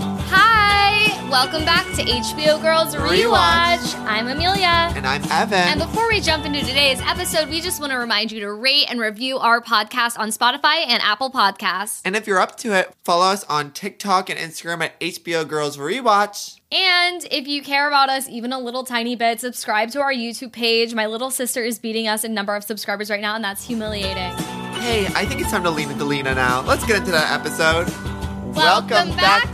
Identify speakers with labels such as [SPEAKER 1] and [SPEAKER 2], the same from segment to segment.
[SPEAKER 1] Hi! Welcome back to HBO Girls Rewatch. I'm Amelia.
[SPEAKER 2] And I'm Evan.
[SPEAKER 1] And before we jump into today's episode, we just want to remind you to rate and review our podcast on Spotify and Apple Podcasts.
[SPEAKER 2] And if you're up to it, follow us on TikTok and Instagram at HBO Girls Rewatch.
[SPEAKER 1] And if you care about us even a little tiny bit, subscribe to our YouTube page. My little sister is beating us in number of subscribers right now, and that's humiliating.
[SPEAKER 2] Hey, I think it's time to lean into Lena now. Let's get into that episode.
[SPEAKER 1] I'm Amelia.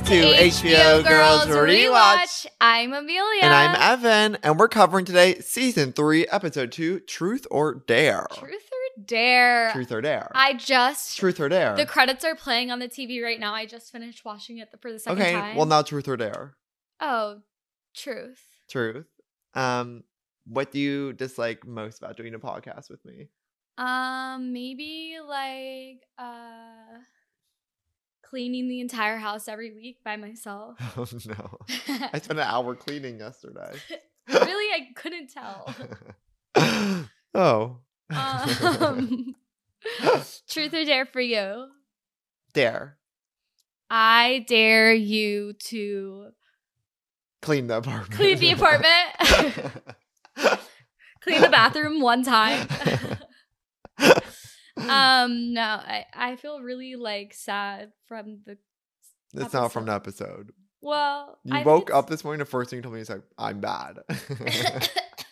[SPEAKER 2] And I'm Evan, and we're covering today season three, episode two, Truth or Dare.
[SPEAKER 1] Truth or Dare.
[SPEAKER 2] Truth or Dare.
[SPEAKER 1] I just
[SPEAKER 2] Truth or Dare.
[SPEAKER 1] The credits are playing on the TV right now. I just finished watching it for the second
[SPEAKER 2] okay,
[SPEAKER 1] time.
[SPEAKER 2] well now Truth or Dare.
[SPEAKER 1] Oh, truth.
[SPEAKER 2] Truth. Um, what do you dislike most about doing a podcast with me?
[SPEAKER 1] Um, maybe like uh, cleaning the entire house every week by myself.
[SPEAKER 2] Oh no. I spent an hour cleaning yesterday.
[SPEAKER 1] really, I couldn't tell.
[SPEAKER 2] oh.
[SPEAKER 1] Um, truth or dare for you?
[SPEAKER 2] Dare.
[SPEAKER 1] I dare you to
[SPEAKER 2] Clean the apartment.
[SPEAKER 1] clean the apartment, clean the bathroom one time.
[SPEAKER 2] Mm.
[SPEAKER 1] um, no, I, I feel really like sad from the
[SPEAKER 2] That's not from an episode.
[SPEAKER 1] well.
[SPEAKER 2] You
[SPEAKER 1] I think
[SPEAKER 2] woke
[SPEAKER 1] it's-
[SPEAKER 2] up this morning, the first thing you told me is like, I'm bad.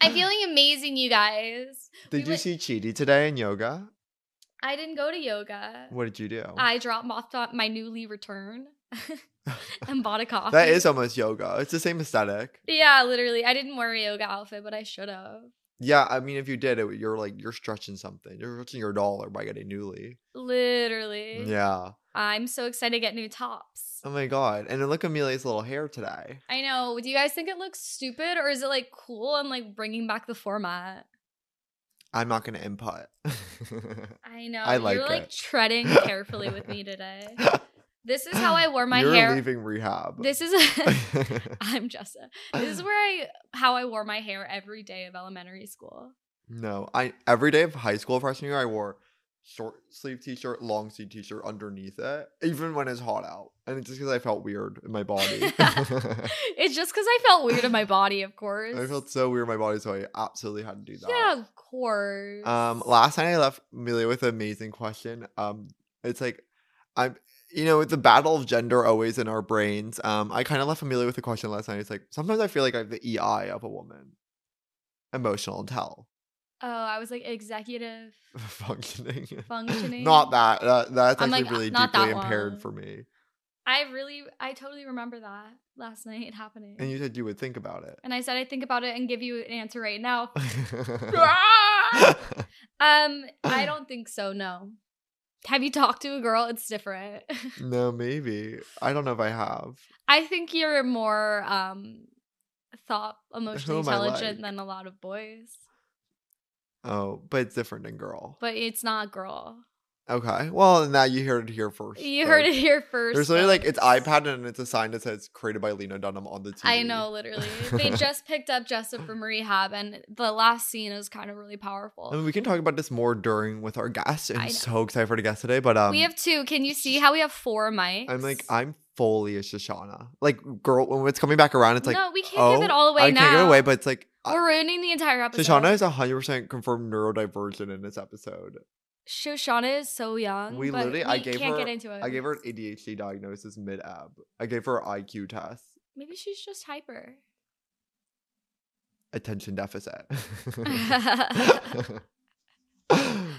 [SPEAKER 1] I'm feeling amazing, you guys.
[SPEAKER 2] did you
[SPEAKER 1] went-
[SPEAKER 2] see Chidi today in yoga?
[SPEAKER 1] I didn't go to yoga.
[SPEAKER 2] What did you do?
[SPEAKER 1] I dropped off to my newly return and bought a coffee.
[SPEAKER 2] that is almost yoga. It's the same aesthetic.
[SPEAKER 1] yeah, literally. I didn't wear a yoga outfit, but I should have.
[SPEAKER 2] Yeah, I mean, if you did it, you're like you're stretching something. You're stretching your dollar by getting newly.
[SPEAKER 1] Literally.
[SPEAKER 2] Yeah.
[SPEAKER 1] I'm so excited to get new tops.
[SPEAKER 2] Oh my god! And then look, Amelia's little hair today.
[SPEAKER 1] I know. Do you guys think it looks stupid or is it like cool and like bringing back the format?
[SPEAKER 2] I'm not gonna input.
[SPEAKER 1] I know.
[SPEAKER 2] I like
[SPEAKER 1] You're like
[SPEAKER 2] it.
[SPEAKER 1] treading carefully with me today. This is how I wore my
[SPEAKER 2] you're
[SPEAKER 1] hair.
[SPEAKER 2] leaving rehab.
[SPEAKER 1] This is I'm Jessa. This is where I how I wore my hair every day of elementary school.
[SPEAKER 2] No, I every day of high school freshman year I wore short sleeve t shirt, long sleeve t shirt underneath it, even when it's hot out, and it's just because I felt weird in my body. I
[SPEAKER 1] It's just because I felt weird in my body, of course.
[SPEAKER 2] felt so weird in my body, so I absolutely had to do
[SPEAKER 1] yeah,
[SPEAKER 2] that.
[SPEAKER 1] of course.
[SPEAKER 2] Um, last night I left Amelia with an amazing question. Um, it's like I'm. You know, with the battle of gender always in our brains, um, I kind of left Amelia with a question last night. It's like, sometimes I feel like I have the EI of a woman. Emotional intel
[SPEAKER 1] oh, I was like executive.
[SPEAKER 2] functioning.
[SPEAKER 1] Functioning.
[SPEAKER 2] Not that. that that's
[SPEAKER 1] I'm
[SPEAKER 2] actually
[SPEAKER 1] like,
[SPEAKER 2] really
[SPEAKER 1] not
[SPEAKER 2] deeply
[SPEAKER 1] that
[SPEAKER 2] impaired
[SPEAKER 1] one.
[SPEAKER 2] for me.
[SPEAKER 1] I really, I totally remember that last night happening.
[SPEAKER 2] And you said you would think about it.
[SPEAKER 1] And I said I would think about it and give you an answer right now. um,
[SPEAKER 2] no,
[SPEAKER 1] I don't think so. No. Have you talked to a girl? It's different.
[SPEAKER 2] maybe. I don't know if I have.
[SPEAKER 1] I think you're more um thought emotionally
[SPEAKER 2] am I
[SPEAKER 1] intelligent
[SPEAKER 2] like?
[SPEAKER 1] than a lot of boys.
[SPEAKER 2] Oh, but it's different than girl.
[SPEAKER 1] But it's not girl.
[SPEAKER 2] okay. Well, now you heard it here first.
[SPEAKER 1] You heard it
[SPEAKER 2] folks.
[SPEAKER 1] here first.
[SPEAKER 2] There's literally like it's
[SPEAKER 1] folks.
[SPEAKER 2] iPad and it's a sign that says created by Lena Dunham on the TV.
[SPEAKER 1] I know, literally. They just picked up Jessup from rehab, and the last scene is kind of really powerful.
[SPEAKER 2] I mean, we can talk about this more during with our guest.
[SPEAKER 1] I
[SPEAKER 2] I'm
[SPEAKER 1] know.
[SPEAKER 2] so excited for the guest today, but um,
[SPEAKER 1] we have two. Can you see how we have four mics?
[SPEAKER 2] I'm like I'm fully a Shoshana. Like girl, when it's coming back around, it's like
[SPEAKER 1] no, we can't
[SPEAKER 2] oh,
[SPEAKER 1] give it all away
[SPEAKER 2] I
[SPEAKER 1] now.
[SPEAKER 2] can't give it away, but it's like
[SPEAKER 1] we're ruining the entire episode.
[SPEAKER 2] Shoshana is 100% confirmed neurodivergent in this episode.
[SPEAKER 1] Shoshana is so young.
[SPEAKER 2] We
[SPEAKER 1] but
[SPEAKER 2] literally- I
[SPEAKER 1] we
[SPEAKER 2] gave
[SPEAKER 1] can't
[SPEAKER 2] her-
[SPEAKER 1] get into it.
[SPEAKER 2] I gave her e an ADHD diagnosis mid ab. I gave her an IQ test,
[SPEAKER 1] Maybe she's just hyper.
[SPEAKER 2] attention deficit.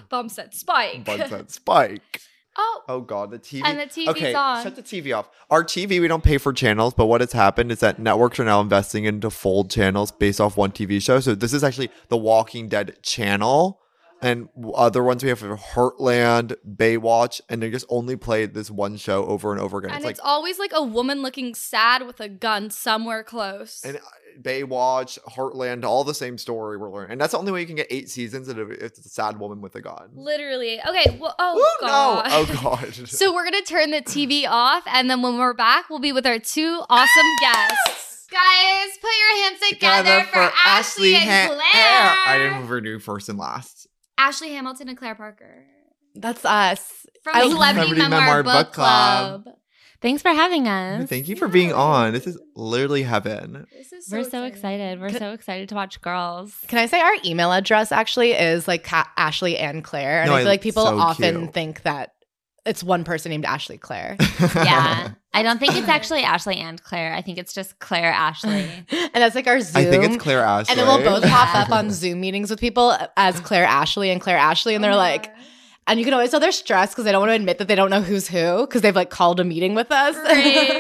[SPEAKER 1] Bump set spike.
[SPEAKER 2] Bug that spike.
[SPEAKER 1] Oh,
[SPEAKER 2] Oh god, the TV.
[SPEAKER 1] and the TV's
[SPEAKER 2] okay,
[SPEAKER 1] on.
[SPEAKER 2] shut the TV off. Our TV, we don't pay for channels, but what has happened is that networks are now investing into full channels based off one TV show. So this is actually The Walking Dead channel, and w- other ones we have are Heartland, Baywatch, and they just only play this one show over and over again.
[SPEAKER 1] and
[SPEAKER 2] it's like
[SPEAKER 1] it's always like a woman looking sad with a gun somewhere close.
[SPEAKER 2] and uh, Baywatch, Heartland, all the same story we're learning, and that's the only way you can get eight seasons. If if it's a sad woman with a gun.
[SPEAKER 1] Literally. Okay. Well, oh,
[SPEAKER 2] Woo,
[SPEAKER 1] God.
[SPEAKER 2] No. Oh god.
[SPEAKER 1] So we're gonna turn the TV off, and then when we're back, we'll be with our two awesome guests. Guys, put your hands together, for, Ashley and
[SPEAKER 2] Ha-
[SPEAKER 1] Claire.
[SPEAKER 2] I didn't renew first and last.
[SPEAKER 1] Ashley Hamilton and Claire Parker
[SPEAKER 3] That's us.
[SPEAKER 1] from
[SPEAKER 3] I
[SPEAKER 1] the
[SPEAKER 3] love
[SPEAKER 1] Celebrity
[SPEAKER 2] Celebrity
[SPEAKER 1] Memoir,
[SPEAKER 2] Memoir
[SPEAKER 1] Book
[SPEAKER 2] Book Club.
[SPEAKER 1] Club.
[SPEAKER 3] Thanks for having us.
[SPEAKER 2] Thank you for being on. This is literally heaven.
[SPEAKER 1] This is
[SPEAKER 4] We're so excited. We're so excited to watch girls.
[SPEAKER 3] Can I say our email address actually is like Ca- Ashley and Claire? And
[SPEAKER 2] No,
[SPEAKER 3] I feel
[SPEAKER 2] I-
[SPEAKER 3] like people
[SPEAKER 2] so
[SPEAKER 3] often
[SPEAKER 2] cute.
[SPEAKER 3] think that it's one person named Ashley Claire.
[SPEAKER 4] Yeah. I don't think it's actually Ashley and Claire. I think it's just Claire Ashley.
[SPEAKER 3] and that's like our Zoom.
[SPEAKER 2] I think it's Claire Ashley.
[SPEAKER 3] And then we'll both
[SPEAKER 4] Yeah.
[SPEAKER 3] pop up on Zoom meetings with people as Claire Ashley and Claire Ashley. And they're like, and you can always tell they're stressed because they don't want to admit that they don't know who's who because they've like called a meeting with us.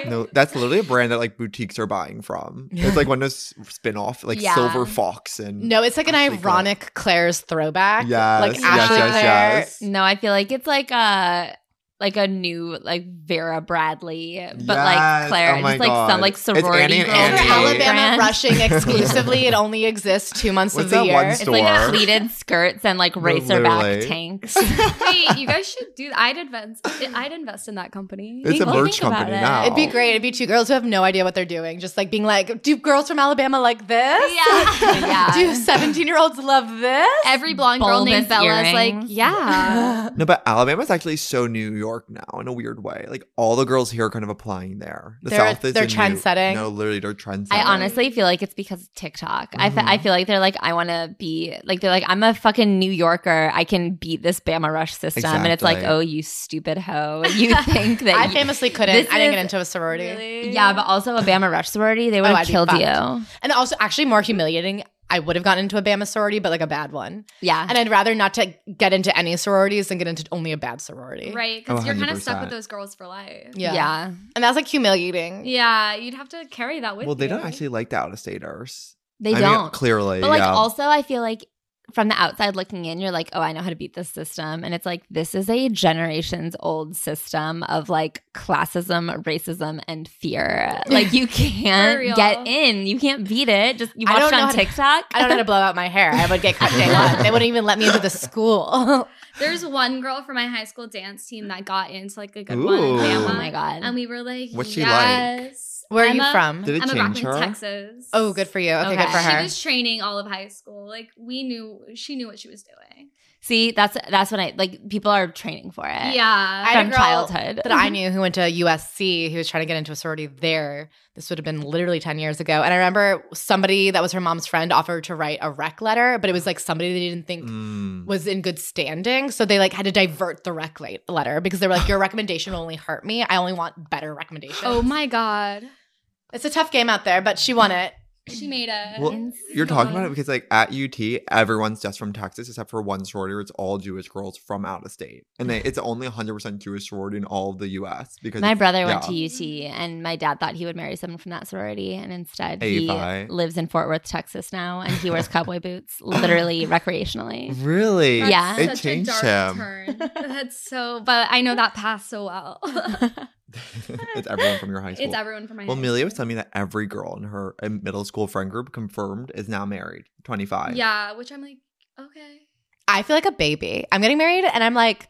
[SPEAKER 2] No, that's literally a brand that like boutiques are buying from. It's like one of those spin-off, like
[SPEAKER 4] Yeah.
[SPEAKER 2] Silver Fox and
[SPEAKER 3] no, it's like an
[SPEAKER 2] Ashley Claire.
[SPEAKER 3] ironic Claire's throwback. like
[SPEAKER 2] Yes,
[SPEAKER 3] Ashley
[SPEAKER 2] yes, yes,
[SPEAKER 3] Claire.
[SPEAKER 2] yes.
[SPEAKER 4] No, I feel like it's like a like a new like Vera Bradley, but
[SPEAKER 2] Yes.
[SPEAKER 4] like Claire,
[SPEAKER 2] Oh my
[SPEAKER 4] just like some
[SPEAKER 2] God.
[SPEAKER 4] like
[SPEAKER 2] It's
[SPEAKER 4] sorority
[SPEAKER 2] Annie and
[SPEAKER 4] girl
[SPEAKER 3] It's
[SPEAKER 2] Annie.
[SPEAKER 3] for Alabama
[SPEAKER 4] brand.
[SPEAKER 3] rushing exclusively. it only exists two months
[SPEAKER 2] What's
[SPEAKER 3] of the
[SPEAKER 2] that
[SPEAKER 3] year.
[SPEAKER 2] one
[SPEAKER 4] It's
[SPEAKER 2] store?
[SPEAKER 4] like pleated skirts and like
[SPEAKER 2] No,
[SPEAKER 4] racerback
[SPEAKER 2] literally.
[SPEAKER 4] tanks.
[SPEAKER 1] Wait, you guys should do. I'd invest. I'd invest in that company.
[SPEAKER 2] it's a
[SPEAKER 4] Well,
[SPEAKER 2] merch
[SPEAKER 4] think about
[SPEAKER 2] company
[SPEAKER 4] it.
[SPEAKER 2] now.
[SPEAKER 3] It'd be great. It'd be two girls who have no idea what they're doing, just like being like, "Do girls from Alabama like this?
[SPEAKER 1] Yeah.
[SPEAKER 4] yeah.
[SPEAKER 3] Do seventeen-year-olds love this?"
[SPEAKER 1] Every blonde girl named
[SPEAKER 4] Bulbous
[SPEAKER 1] Bella is like,
[SPEAKER 4] earrings.
[SPEAKER 1] yeah.
[SPEAKER 2] No, but Alabama's actually so New York now in a weird way. Like all the girls here are kind of applying there. The
[SPEAKER 3] They're-
[SPEAKER 2] South is
[SPEAKER 3] they're
[SPEAKER 2] a new-
[SPEAKER 3] trendsetting.
[SPEAKER 2] No, literally they're trendsetting.
[SPEAKER 4] I honestly feel like it's because of TikTok. I fe- I
[SPEAKER 2] Mhm.
[SPEAKER 4] feel like they're like, I want to be like, they're like, I'm a fucking New Yorker. I can beat this Bama Rush system. And it's like,
[SPEAKER 2] Exactly.
[SPEAKER 4] oh, you stupid hoe. You think that.
[SPEAKER 3] I
[SPEAKER 4] you-
[SPEAKER 3] famously couldn't.
[SPEAKER 4] This
[SPEAKER 3] I didn't
[SPEAKER 4] is
[SPEAKER 3] get into a sorority,
[SPEAKER 4] yeah, but also a Bama Rush sorority, they would
[SPEAKER 3] Oh,
[SPEAKER 4] have
[SPEAKER 3] I'd be
[SPEAKER 4] killed
[SPEAKER 3] fucked.
[SPEAKER 4] you.
[SPEAKER 3] and also actually more humiliating. I would have gotten into a Bama sorority, but like a bad one.
[SPEAKER 4] Yeah.
[SPEAKER 3] And I'd rather not to get into any sororities than get into only a bad sorority.
[SPEAKER 1] Right, because
[SPEAKER 2] Oh,
[SPEAKER 1] you're kind of stuck with
[SPEAKER 2] 100%.
[SPEAKER 1] those girls for life.
[SPEAKER 3] Yeah.
[SPEAKER 4] yeah.
[SPEAKER 3] And that's like humiliating.
[SPEAKER 1] Yeah, you'd have to carry that with
[SPEAKER 2] Well, they don't
[SPEAKER 1] you.
[SPEAKER 2] actually like the out of staters.
[SPEAKER 4] They
[SPEAKER 2] I mean,
[SPEAKER 4] don't.
[SPEAKER 2] clearly.
[SPEAKER 4] But like
[SPEAKER 2] yeah.
[SPEAKER 4] also I feel like from the outside looking in, you're like, oh, I know how to beat this system. And it's like, this is a generations old system of like classism, racism, and fear. Like you
[SPEAKER 1] real.
[SPEAKER 4] can't get in. You can't beat it. Just you
[SPEAKER 3] I
[SPEAKER 4] watch
[SPEAKER 3] don't
[SPEAKER 4] it
[SPEAKER 3] know
[SPEAKER 4] on
[SPEAKER 3] how to-
[SPEAKER 4] TikTok.
[SPEAKER 3] I don't know how to blow out my hair. I would get cut day one. They wouldn't even let me into the school.
[SPEAKER 1] There's one girl from my high school dance team that got into like a good one in
[SPEAKER 2] Ooh.
[SPEAKER 4] oh
[SPEAKER 1] Bama.
[SPEAKER 4] my god.
[SPEAKER 1] And we were like,
[SPEAKER 2] What's she like?
[SPEAKER 1] yes.
[SPEAKER 3] Where are
[SPEAKER 1] Emma-
[SPEAKER 3] you from?
[SPEAKER 2] Did it
[SPEAKER 1] Emma
[SPEAKER 2] change
[SPEAKER 1] Rockman,
[SPEAKER 2] her?
[SPEAKER 1] Texas.
[SPEAKER 3] Oh, good for you. Okay,
[SPEAKER 4] Okay.
[SPEAKER 3] good for her.
[SPEAKER 1] She was training all of high school. Like we knew she knew what she was doing.
[SPEAKER 4] See, that's that's what I like people are training for it.
[SPEAKER 1] Yeah.
[SPEAKER 3] I had a
[SPEAKER 4] From
[SPEAKER 3] girl
[SPEAKER 4] childhood. Mm-hmm.
[SPEAKER 3] that I knew who went to USC, who was trying to get into a sorority there. This would have been literally 10 years ago. And I remember somebody that was her mom's friend offered to write a rec letter, but it was like somebody they didn't think
[SPEAKER 2] Mm.
[SPEAKER 3] was in good standing. So they like had to divert the rec le- letter because they were like, your recommendation will only hurt me. I only want better recommendations.
[SPEAKER 1] oh my god.
[SPEAKER 3] It's a tough game out there, but she won it.
[SPEAKER 1] She made it.
[SPEAKER 2] Well, You're talking about it because, like, at UT, everyone's just from Texas except for one sorority where it's all Jewish girls from out of state. And they, it's only 100% Jewish sorority in all of the US because
[SPEAKER 4] My
[SPEAKER 2] it's-
[SPEAKER 4] brother went
[SPEAKER 2] yeah.
[SPEAKER 4] to UT and my dad thought he would marry someone from that sorority and instead
[SPEAKER 2] Avi.
[SPEAKER 4] he lives in Fort Worth, Texas now and he wears cowboy boots literally
[SPEAKER 3] Mm-hmm.
[SPEAKER 4] recreationally.
[SPEAKER 2] Really?
[SPEAKER 1] That's
[SPEAKER 4] Yeah.
[SPEAKER 2] It
[SPEAKER 1] such
[SPEAKER 2] changed
[SPEAKER 1] a dark
[SPEAKER 2] him.
[SPEAKER 1] turn. That's so but I know that passed so well.
[SPEAKER 2] it's everyone from your high school.
[SPEAKER 1] it's everyone from my
[SPEAKER 2] Well,
[SPEAKER 1] high
[SPEAKER 2] Amelia was
[SPEAKER 1] school.
[SPEAKER 2] telling me that every girl in her uh, middle school friend group confirmed is now married, 25.
[SPEAKER 1] Yeah, which I'm like, okay.
[SPEAKER 3] I feel like a baby. I'm getting married and I'm like,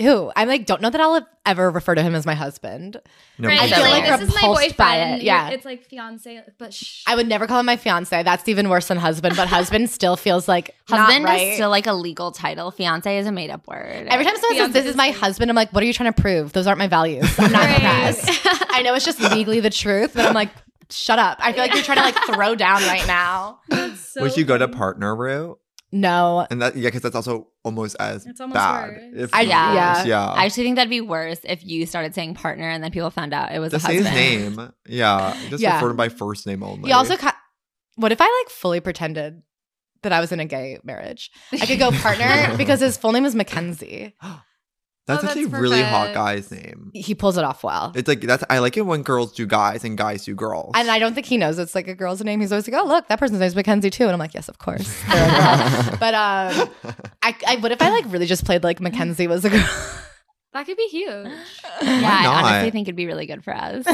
[SPEAKER 3] who? I'm like, don't know that I'll ever refer to him as my husband.
[SPEAKER 2] No,
[SPEAKER 4] Right,
[SPEAKER 3] I
[SPEAKER 2] please
[SPEAKER 3] feel
[SPEAKER 2] don't.
[SPEAKER 3] like
[SPEAKER 1] this is my boyfriend.
[SPEAKER 3] repulsed by it, yeah.
[SPEAKER 1] it's like fiance, but shh.
[SPEAKER 3] I would never call him my fiance. That's even worse than husband, but husband still feels like
[SPEAKER 4] Husband
[SPEAKER 3] not right.
[SPEAKER 4] is still like a legal title. Fiance is a made up word.
[SPEAKER 3] Every time someone says
[SPEAKER 1] Fiance
[SPEAKER 3] this is my
[SPEAKER 1] is-
[SPEAKER 3] husband, I'm like, what are you trying to prove? Those aren't my values. I'm not
[SPEAKER 1] Right.
[SPEAKER 3] impressed. I know it's just legally the truth, but I'm like, shut up. I feel like you're trying to like throw down right now.
[SPEAKER 1] That's so
[SPEAKER 2] Would you go to
[SPEAKER 1] funny.
[SPEAKER 2] partner route?
[SPEAKER 3] No.
[SPEAKER 2] And that, yeah, because that's also almost as
[SPEAKER 1] It's almost
[SPEAKER 2] bad.
[SPEAKER 1] worse.
[SPEAKER 2] If
[SPEAKER 3] I-
[SPEAKER 2] not
[SPEAKER 4] yeah.
[SPEAKER 2] worse, yeah.
[SPEAKER 4] I actually think that'd be worse if you started saying partner and then people found out it was
[SPEAKER 2] Just
[SPEAKER 4] a
[SPEAKER 2] say his
[SPEAKER 4] husband.
[SPEAKER 2] name. Yeah. Just
[SPEAKER 3] Yeah.
[SPEAKER 2] refer to him by first name only.
[SPEAKER 3] He also, ki- what if I like fully pretended that I was in a gay marriage? I could go partner because his full name is Mackenzie.
[SPEAKER 2] That's
[SPEAKER 1] Oh,
[SPEAKER 2] actually
[SPEAKER 1] that's
[SPEAKER 2] really hot
[SPEAKER 1] perfect.
[SPEAKER 2] guy's name.
[SPEAKER 3] He pulls it off well.
[SPEAKER 2] It's like that's I like it when girls do guys and guys do girls.
[SPEAKER 3] and I don't think he knows it's like a girl's name. He's always like, "Oh, look, that person's name is Mackenzie too," and I'm like, "Yes, of course." They're like, but um, I, I what if I like really just played like Mackenzie was a girl?
[SPEAKER 1] That could be huge.
[SPEAKER 4] Yeah,
[SPEAKER 2] Why
[SPEAKER 4] I honestly
[SPEAKER 2] not?
[SPEAKER 4] think it'd be really good for us.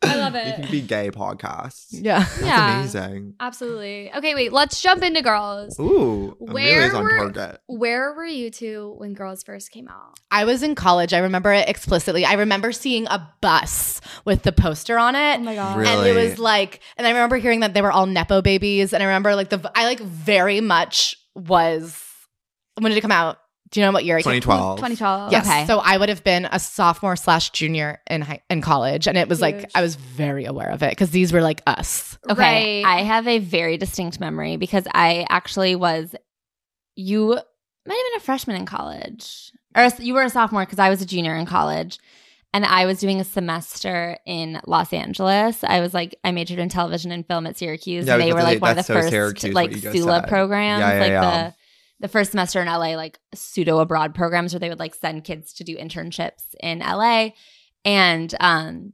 [SPEAKER 1] I love
[SPEAKER 2] It
[SPEAKER 1] it.
[SPEAKER 2] can be gay podcasts.
[SPEAKER 3] yeah.
[SPEAKER 2] That's
[SPEAKER 1] Yeah.
[SPEAKER 2] amazing.
[SPEAKER 1] Absolutely. Okay, wait, let's jump into girls.
[SPEAKER 2] Ooh, Amelia's
[SPEAKER 1] Where
[SPEAKER 2] on
[SPEAKER 1] were-
[SPEAKER 2] target.
[SPEAKER 1] Where were you two when girls first came out?
[SPEAKER 3] I was in college. I remember it explicitly. I remember seeing a bus with the poster on it.
[SPEAKER 1] Oh my god.
[SPEAKER 2] Really?
[SPEAKER 3] And it was like, and I remember hearing that they were all nepo babies. And I remember like the, I like very much was. When did it come out? Do you know what year? it came-
[SPEAKER 2] 2012.
[SPEAKER 1] 2012.
[SPEAKER 3] Yes.
[SPEAKER 4] Okay.
[SPEAKER 3] So I would have been a sophomore slash junior in high, in college, and it was
[SPEAKER 1] Huge.
[SPEAKER 3] like I was very aware of it because these were like us.
[SPEAKER 4] Okay.
[SPEAKER 1] Right.
[SPEAKER 4] I have a very distinct memory because I actually was, you might have been a freshman in college, or a- you were a sophomore because I was a junior in college. And I was doing a semester in Los Angeles. I was like, I majored in television and film at Syracuse.
[SPEAKER 2] Yeah, I
[SPEAKER 4] and
[SPEAKER 2] was
[SPEAKER 4] they
[SPEAKER 2] about
[SPEAKER 4] were
[SPEAKER 2] to
[SPEAKER 4] like
[SPEAKER 2] say,
[SPEAKER 4] one of the
[SPEAKER 2] that's so
[SPEAKER 4] first
[SPEAKER 2] Syracuse, what
[SPEAKER 4] like
[SPEAKER 2] you just
[SPEAKER 4] SULA
[SPEAKER 2] said.
[SPEAKER 4] programs,
[SPEAKER 2] Yeah, yeah,
[SPEAKER 4] like
[SPEAKER 2] yeah.
[SPEAKER 4] the the first semester in LA, like pseudo abroad programs where they would like send kids to do internships in LA. And um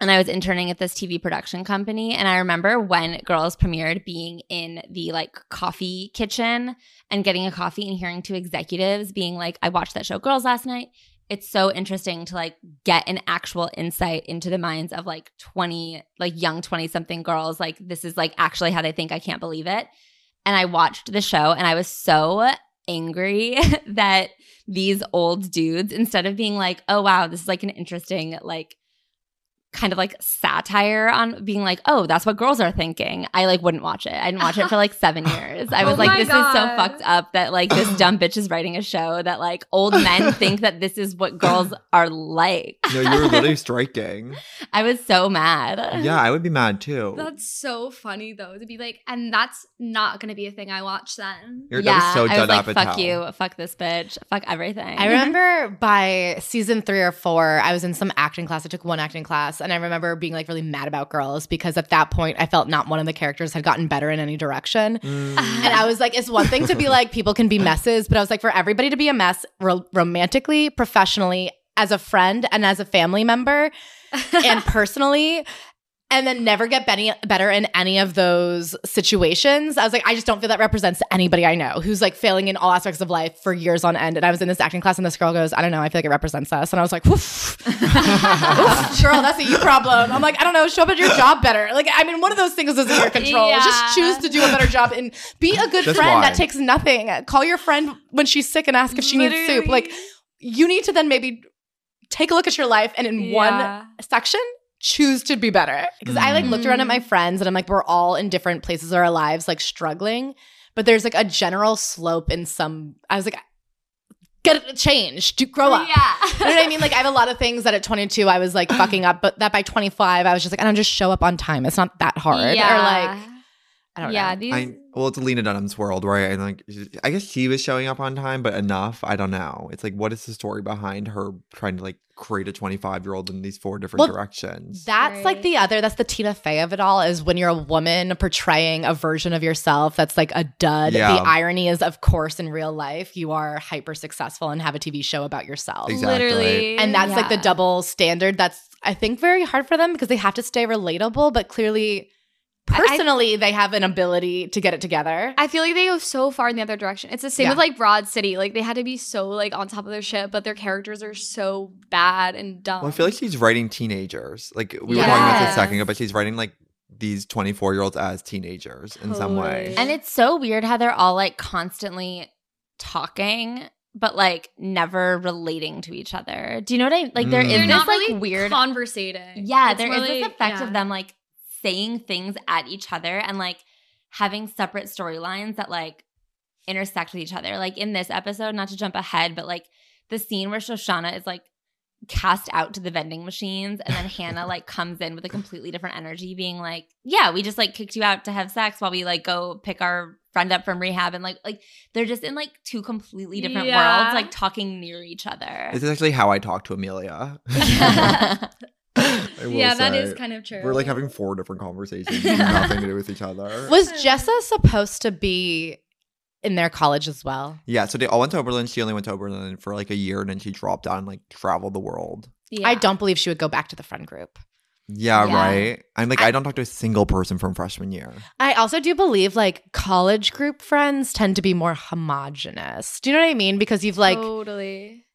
[SPEAKER 4] and I was interning at this TV production company. And I remember when girls premiered being in the like coffee kitchen and getting a coffee and hearing two executives being like, I watched that show Girls last night. It's so interesting to like get an actual insight into the minds of like 20, like young 20 something girls. Like, this is like actually how they think. I can't believe it. And I watched the show and I was so angry that these old dudes, instead of being like, oh, wow, this is like an interesting, like, kind of like satire on being like, oh, that's what girls are thinking. I like wouldn't watch it. I didn't watch it for like seven years. I was
[SPEAKER 1] Oh
[SPEAKER 4] like,
[SPEAKER 1] my
[SPEAKER 4] this is so
[SPEAKER 1] God.
[SPEAKER 4] fucked up that like this dumb bitch is writing a show that like old men think that this is what girls are like.
[SPEAKER 2] No, you were literally striking.
[SPEAKER 4] I was so mad.
[SPEAKER 2] Yeah, I would be mad too.
[SPEAKER 1] That's so funny though to be like, and that's not gonna be a thing I watch then.
[SPEAKER 2] You're, that was so
[SPEAKER 4] I was
[SPEAKER 2] Judd
[SPEAKER 4] like,
[SPEAKER 2] Apatow.
[SPEAKER 4] fuck you, fuck this bitch, fuck everything.
[SPEAKER 3] I remember by season three or four, I was in some acting class. I took one acting class, and I remember being like really mad about girls because at that point I felt not one of the characters had gotten better in any direction.
[SPEAKER 2] Mm,
[SPEAKER 3] And I was like, it's one thing to be like, people can be messes, but I was like, for everybody to be a mess ro- romantically, professionally, as a friend and as a family member and personally, and then never get benny- better in any of those situations. I was like, I just don't feel that represents anybody I know who's like failing in all aspects of life for years on end. And I was in this acting class, and this girl goes, I don't know, I feel like it represents us. And I was like, woof. Oof, girl, that's a you problem. I'm like, I don't know, show up at your job better. Like, I mean, one of those things is in your control.
[SPEAKER 1] Yeah.
[SPEAKER 3] Just choose to do a better job and be a good
[SPEAKER 2] That's why.
[SPEAKER 3] friend. That takes nothing. Call your friend when she's sick and ask if she needs soup. Like, you need to then maybe take a look at your life and in one
[SPEAKER 1] Yeah.
[SPEAKER 3] section, choose to be better. Because I like looked around at my
[SPEAKER 1] Mm.
[SPEAKER 3] friends and I'm like, we're all in different places of our lives, like struggling. But there's like a general slope in some. I was like, get it changed, do, grow up. You
[SPEAKER 1] Yeah.
[SPEAKER 3] know what I mean? Like I have a lot of things that at 22 I was like fucking up, but that by 25 I was just like, I don't just show up on time. It's not that hard. Or like I don't
[SPEAKER 1] yeah,
[SPEAKER 3] know.
[SPEAKER 1] these
[SPEAKER 2] I, well, it's Lena Dunham's world, right? And like, I guess she was showing up on time, but enough. I don't know. It's like, what is the story behind her trying to like create a 25 year old in these four different
[SPEAKER 3] Well,
[SPEAKER 2] directions?
[SPEAKER 3] That's like the other. That's the Tina Fey of it all. Is when you're a woman portraying a version of yourself that's like a dud.
[SPEAKER 2] Yeah.
[SPEAKER 3] The irony is, of course, in real life you are hyper successful and have a TV show about yourself.
[SPEAKER 2] Exactly.
[SPEAKER 1] literally
[SPEAKER 3] And that's like the
[SPEAKER 4] Yeah.
[SPEAKER 3] double standard. That's I think very hard for them because they have to stay relatable, but clearly,
[SPEAKER 1] I- I-
[SPEAKER 3] personally, they have an ability to get it together.
[SPEAKER 1] I feel like they go so far in the other direction. It's the same
[SPEAKER 3] Yeah.
[SPEAKER 1] with like Broad City. Like they had to be so like on top of their shit, but their characters are so bad and dumb.
[SPEAKER 2] Well, I feel like she's writing teenagers. Like, we were talking about this a
[SPEAKER 1] um, Yes.
[SPEAKER 2] second ago, but she's writing like these 24 year olds as teenagers in some way.
[SPEAKER 1] Totally.
[SPEAKER 4] And it's so weird how they're all like constantly talking, but like never relating to each other. Do you know what I like? There
[SPEAKER 2] Mm.
[SPEAKER 4] is
[SPEAKER 2] They're
[SPEAKER 4] this
[SPEAKER 1] not
[SPEAKER 4] like
[SPEAKER 1] really
[SPEAKER 4] weird.
[SPEAKER 1] conversating.
[SPEAKER 4] yeah,
[SPEAKER 1] It's
[SPEAKER 4] there
[SPEAKER 1] more
[SPEAKER 4] is this
[SPEAKER 1] like-
[SPEAKER 4] effect
[SPEAKER 1] yeah.
[SPEAKER 4] of them like saying things at each other and like having separate storylines that like intersect with each other. Like in this episode, not to jump ahead, but like the scene where Shoshana is like cast out to the vending machines and then Hannah like comes in with a completely different energy being like, "Yeah, we just like kicked you out to have sex while we like go pick our friend up from rehab and like like they're just in like two completely different
[SPEAKER 1] Yeah.
[SPEAKER 4] worlds like talking near each other."
[SPEAKER 2] This is actually how I talk to Amelia. I will
[SPEAKER 1] yeah, that
[SPEAKER 2] say.
[SPEAKER 1] is kind of true.
[SPEAKER 2] We're like having four different conversations, nothing to do with each other.
[SPEAKER 3] Was Jessa supposed to be in their college as well?
[SPEAKER 2] Yeah, so they all went to Oberlin. She only went to Oberlin for like a year, and then she dropped out and like traveled the world.
[SPEAKER 4] yeah.
[SPEAKER 3] I don't believe she would go back to the friend group.
[SPEAKER 2] Yeah,
[SPEAKER 4] Yeah.
[SPEAKER 2] right. I'm like, I, don't talk to a single person from freshman year.
[SPEAKER 3] I also do believe like college group friends tend to be more homogenous. Do you know what I mean? Because you've like
[SPEAKER 1] totally.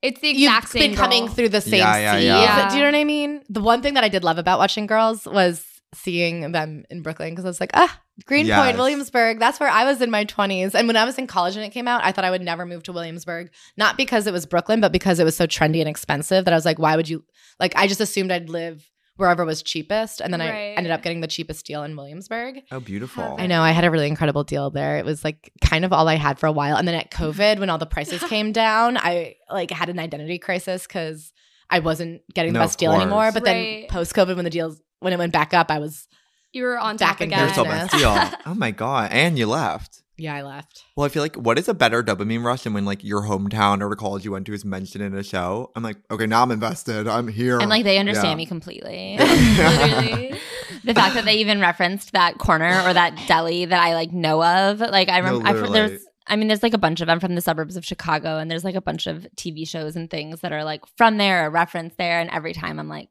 [SPEAKER 1] It's the
[SPEAKER 3] you've
[SPEAKER 1] Oh, exact same
[SPEAKER 3] been coming
[SPEAKER 1] role.
[SPEAKER 3] through the same
[SPEAKER 2] Yeah, yeah,
[SPEAKER 3] seas.
[SPEAKER 1] yeah.
[SPEAKER 3] Do you know what I mean? The one thing that I did love about watching Girls was seeing them in Brooklyn because I was like, ah, Greenpoint,
[SPEAKER 2] Yes.
[SPEAKER 3] Williamsburg. That's where I was in my 20s. And when I was in college and it came out, I thought I would never move to Williamsburg, not because it was Brooklyn, but because it was so trendy and expensive that I was like, why would you? Like, I just assumed I'd live wherever was cheapest. And then I
[SPEAKER 1] Right.
[SPEAKER 3] ended up getting the cheapest deal in Williamsburg.
[SPEAKER 2] Oh, beautiful.
[SPEAKER 3] I know I had a really incredible deal there. It was like kind of all I had for a while, and then at COVID, when all the prices came down, I like had an identity crisis because I wasn't getting the
[SPEAKER 2] No,
[SPEAKER 3] best
[SPEAKER 2] of
[SPEAKER 3] deal anymore.
[SPEAKER 2] course.
[SPEAKER 3] But then
[SPEAKER 1] Right.
[SPEAKER 3] post COVID, when the deals when it went back up, I was
[SPEAKER 1] You were on
[SPEAKER 3] Back
[SPEAKER 1] top
[SPEAKER 3] in
[SPEAKER 1] again.
[SPEAKER 2] You're so
[SPEAKER 3] Yes.
[SPEAKER 2] best deal. Oh my god! And you left.
[SPEAKER 3] yeah, I left.
[SPEAKER 2] Well, I feel like what is a better dopamine rush than when like your hometown or the college you went to is mentioned in a show? I'm like, okay, now I'm invested. I'm here.
[SPEAKER 4] and like they understand
[SPEAKER 2] Yeah.
[SPEAKER 4] me completely.
[SPEAKER 1] Literally.
[SPEAKER 4] the fact that they even referenced that corner or that deli that I like know of. Like I
[SPEAKER 2] No,
[SPEAKER 4] remember I've heard
[SPEAKER 2] literally.
[SPEAKER 4] there's I mean there's like a bunch of I'm from the suburbs of Chicago and there's like a bunch of TV shows and things that are like from there or referenced there and every time I'm like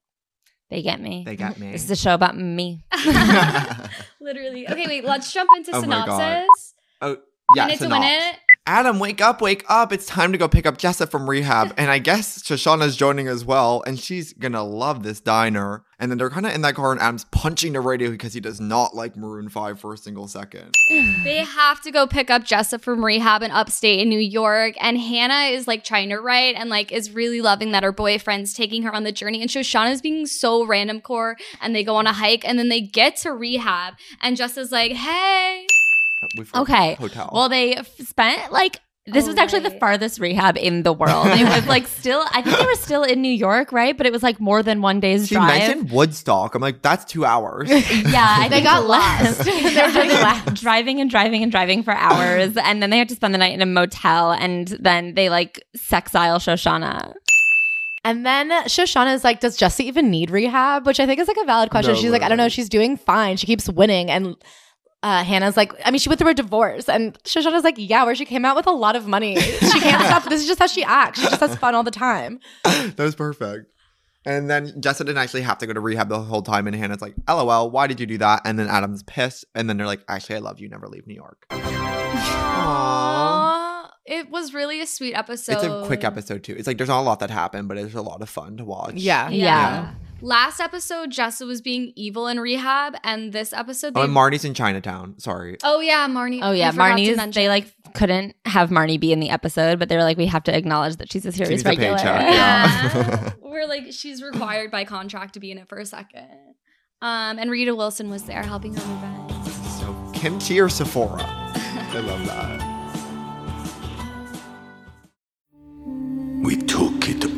[SPEAKER 4] they get me.
[SPEAKER 2] They got me.
[SPEAKER 4] This is a show about me.
[SPEAKER 1] Literally. Okay, wait. Let's jump into
[SPEAKER 2] Oh my God.
[SPEAKER 1] synopsis.
[SPEAKER 2] yeah,
[SPEAKER 1] minute to
[SPEAKER 2] synopsis.
[SPEAKER 1] win it.
[SPEAKER 2] Adam, wake up, wake up. It's time to go pick up Jessa from rehab. And I guess Shoshana's joining as well, and she's gonna love this diner. And then they're kind of in that car, and Adam's punching the radio because he does not like Maroon 5 for a single second.
[SPEAKER 1] They have to go pick up Jessa from rehab in upstate in New York. And Hannah is like trying to write and like is really loving that her boyfriend's taking her on the journey. And Shoshana's being so random core. And they go on a hike and then they get to rehab. And Jessa's like, hey.
[SPEAKER 2] We've got
[SPEAKER 4] Okay.
[SPEAKER 2] Hotel.
[SPEAKER 4] Well, they f- spent like this
[SPEAKER 1] Oh,
[SPEAKER 4] was actually the
[SPEAKER 1] right.
[SPEAKER 4] farthest rehab in the world. It was like still I think they were still in New York, right? But it was like more than one day's
[SPEAKER 2] she
[SPEAKER 4] drive.
[SPEAKER 2] mentioned Woodstock. I'm like, that's two hours.
[SPEAKER 4] Yeah, I
[SPEAKER 3] They
[SPEAKER 4] think
[SPEAKER 3] got
[SPEAKER 4] the
[SPEAKER 3] lost.
[SPEAKER 4] last-
[SPEAKER 3] They were
[SPEAKER 4] they were
[SPEAKER 3] really
[SPEAKER 4] like driving and driving and driving for hours, and then they had to spend the night in a motel, and then they like sexile Shoshana.
[SPEAKER 3] And then Shoshana is like, "Does Jesse even need rehab?" Which I think is like a valid question.
[SPEAKER 2] No,
[SPEAKER 3] She's like, "I don't know.
[SPEAKER 2] literally.
[SPEAKER 3] She's doing fine. She keeps winning." And uh, Hannah's like, "I mean, she went through a divorce." And Shoshana's like, "Yeah, where she came out with a lot of money. She can't stop. This is just how she acts. She just has fun all the time."
[SPEAKER 2] that was perfect. And then Jessa didn't actually have to go to rehab the whole time. And Hannah's like, LOL, why did you do that? And then Adam's pissed. And then they're like, actually, I love you. Never leave New York. Aww.
[SPEAKER 1] Aw. It was really a sweet episode.
[SPEAKER 2] it's a quick episode, too. It's like, there's not a lot that happened, but it's a lot of fun to watch.
[SPEAKER 3] Yeah.
[SPEAKER 1] Yeah.
[SPEAKER 4] Yeah.
[SPEAKER 1] Last episode, Jessa was being evil in rehab. And this episode, they.
[SPEAKER 2] Oh, and Marnie's in Chinatown. Sorry.
[SPEAKER 1] oh, yeah, Marnie.
[SPEAKER 4] Oh yeah,
[SPEAKER 1] we forgot to
[SPEAKER 4] Marnie's.
[SPEAKER 1] mention.
[SPEAKER 4] They like couldn't have Marnie be in the episode, but they were like, we have to acknowledge that she's a
[SPEAKER 2] She
[SPEAKER 4] serious
[SPEAKER 2] needs a
[SPEAKER 4] regular.
[SPEAKER 2] paycheck.
[SPEAKER 1] Yeah.
[SPEAKER 2] Yeah.
[SPEAKER 1] We're like, she's required by contract to be in it for a second. Um, and Rita Wilson was there helping her move in.
[SPEAKER 2] so, kimchi or Sephora? I love that.
[SPEAKER 5] We took it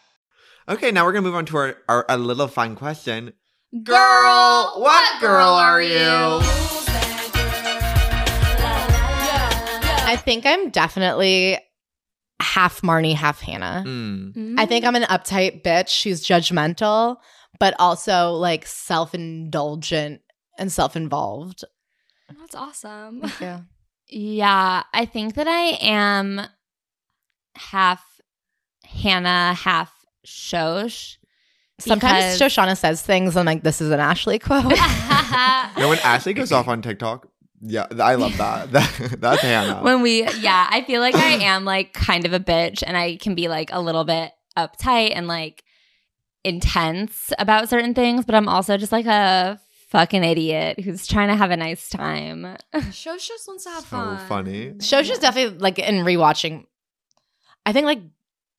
[SPEAKER 2] Okay, now we're going to move on to our, our a little fun question.
[SPEAKER 1] Girl,
[SPEAKER 2] Oh, what girl are you?
[SPEAKER 3] I think I'm definitely half Marnie, half Hannah.
[SPEAKER 2] Mm.
[SPEAKER 1] Mm-hmm.
[SPEAKER 3] I think I'm an uptight bitch who's judgmental, but also like self indulgent and self involved.
[SPEAKER 1] That's awesome.
[SPEAKER 3] Yeah.
[SPEAKER 4] Yeah, I think that I am half Hannah, half Shosh.
[SPEAKER 3] Sometimes
[SPEAKER 4] because-
[SPEAKER 3] Shoshana says things, and I'm like, this is an Ashley quote.
[SPEAKER 2] Now, when Ashley goes off on TikTok, yeah, I love that. that that's
[SPEAKER 3] Oh.
[SPEAKER 2] Hannah.
[SPEAKER 4] when we yeah i feel like i am like kind of a bitch and i can be like a little bit uptight and like intense about certain things, but I'm also just like a fucking idiot who's trying to have a nice time.
[SPEAKER 1] Shosh just wants to have
[SPEAKER 2] so
[SPEAKER 1] fun.
[SPEAKER 2] funny.
[SPEAKER 3] Shows just definitely like in rewatching. I think like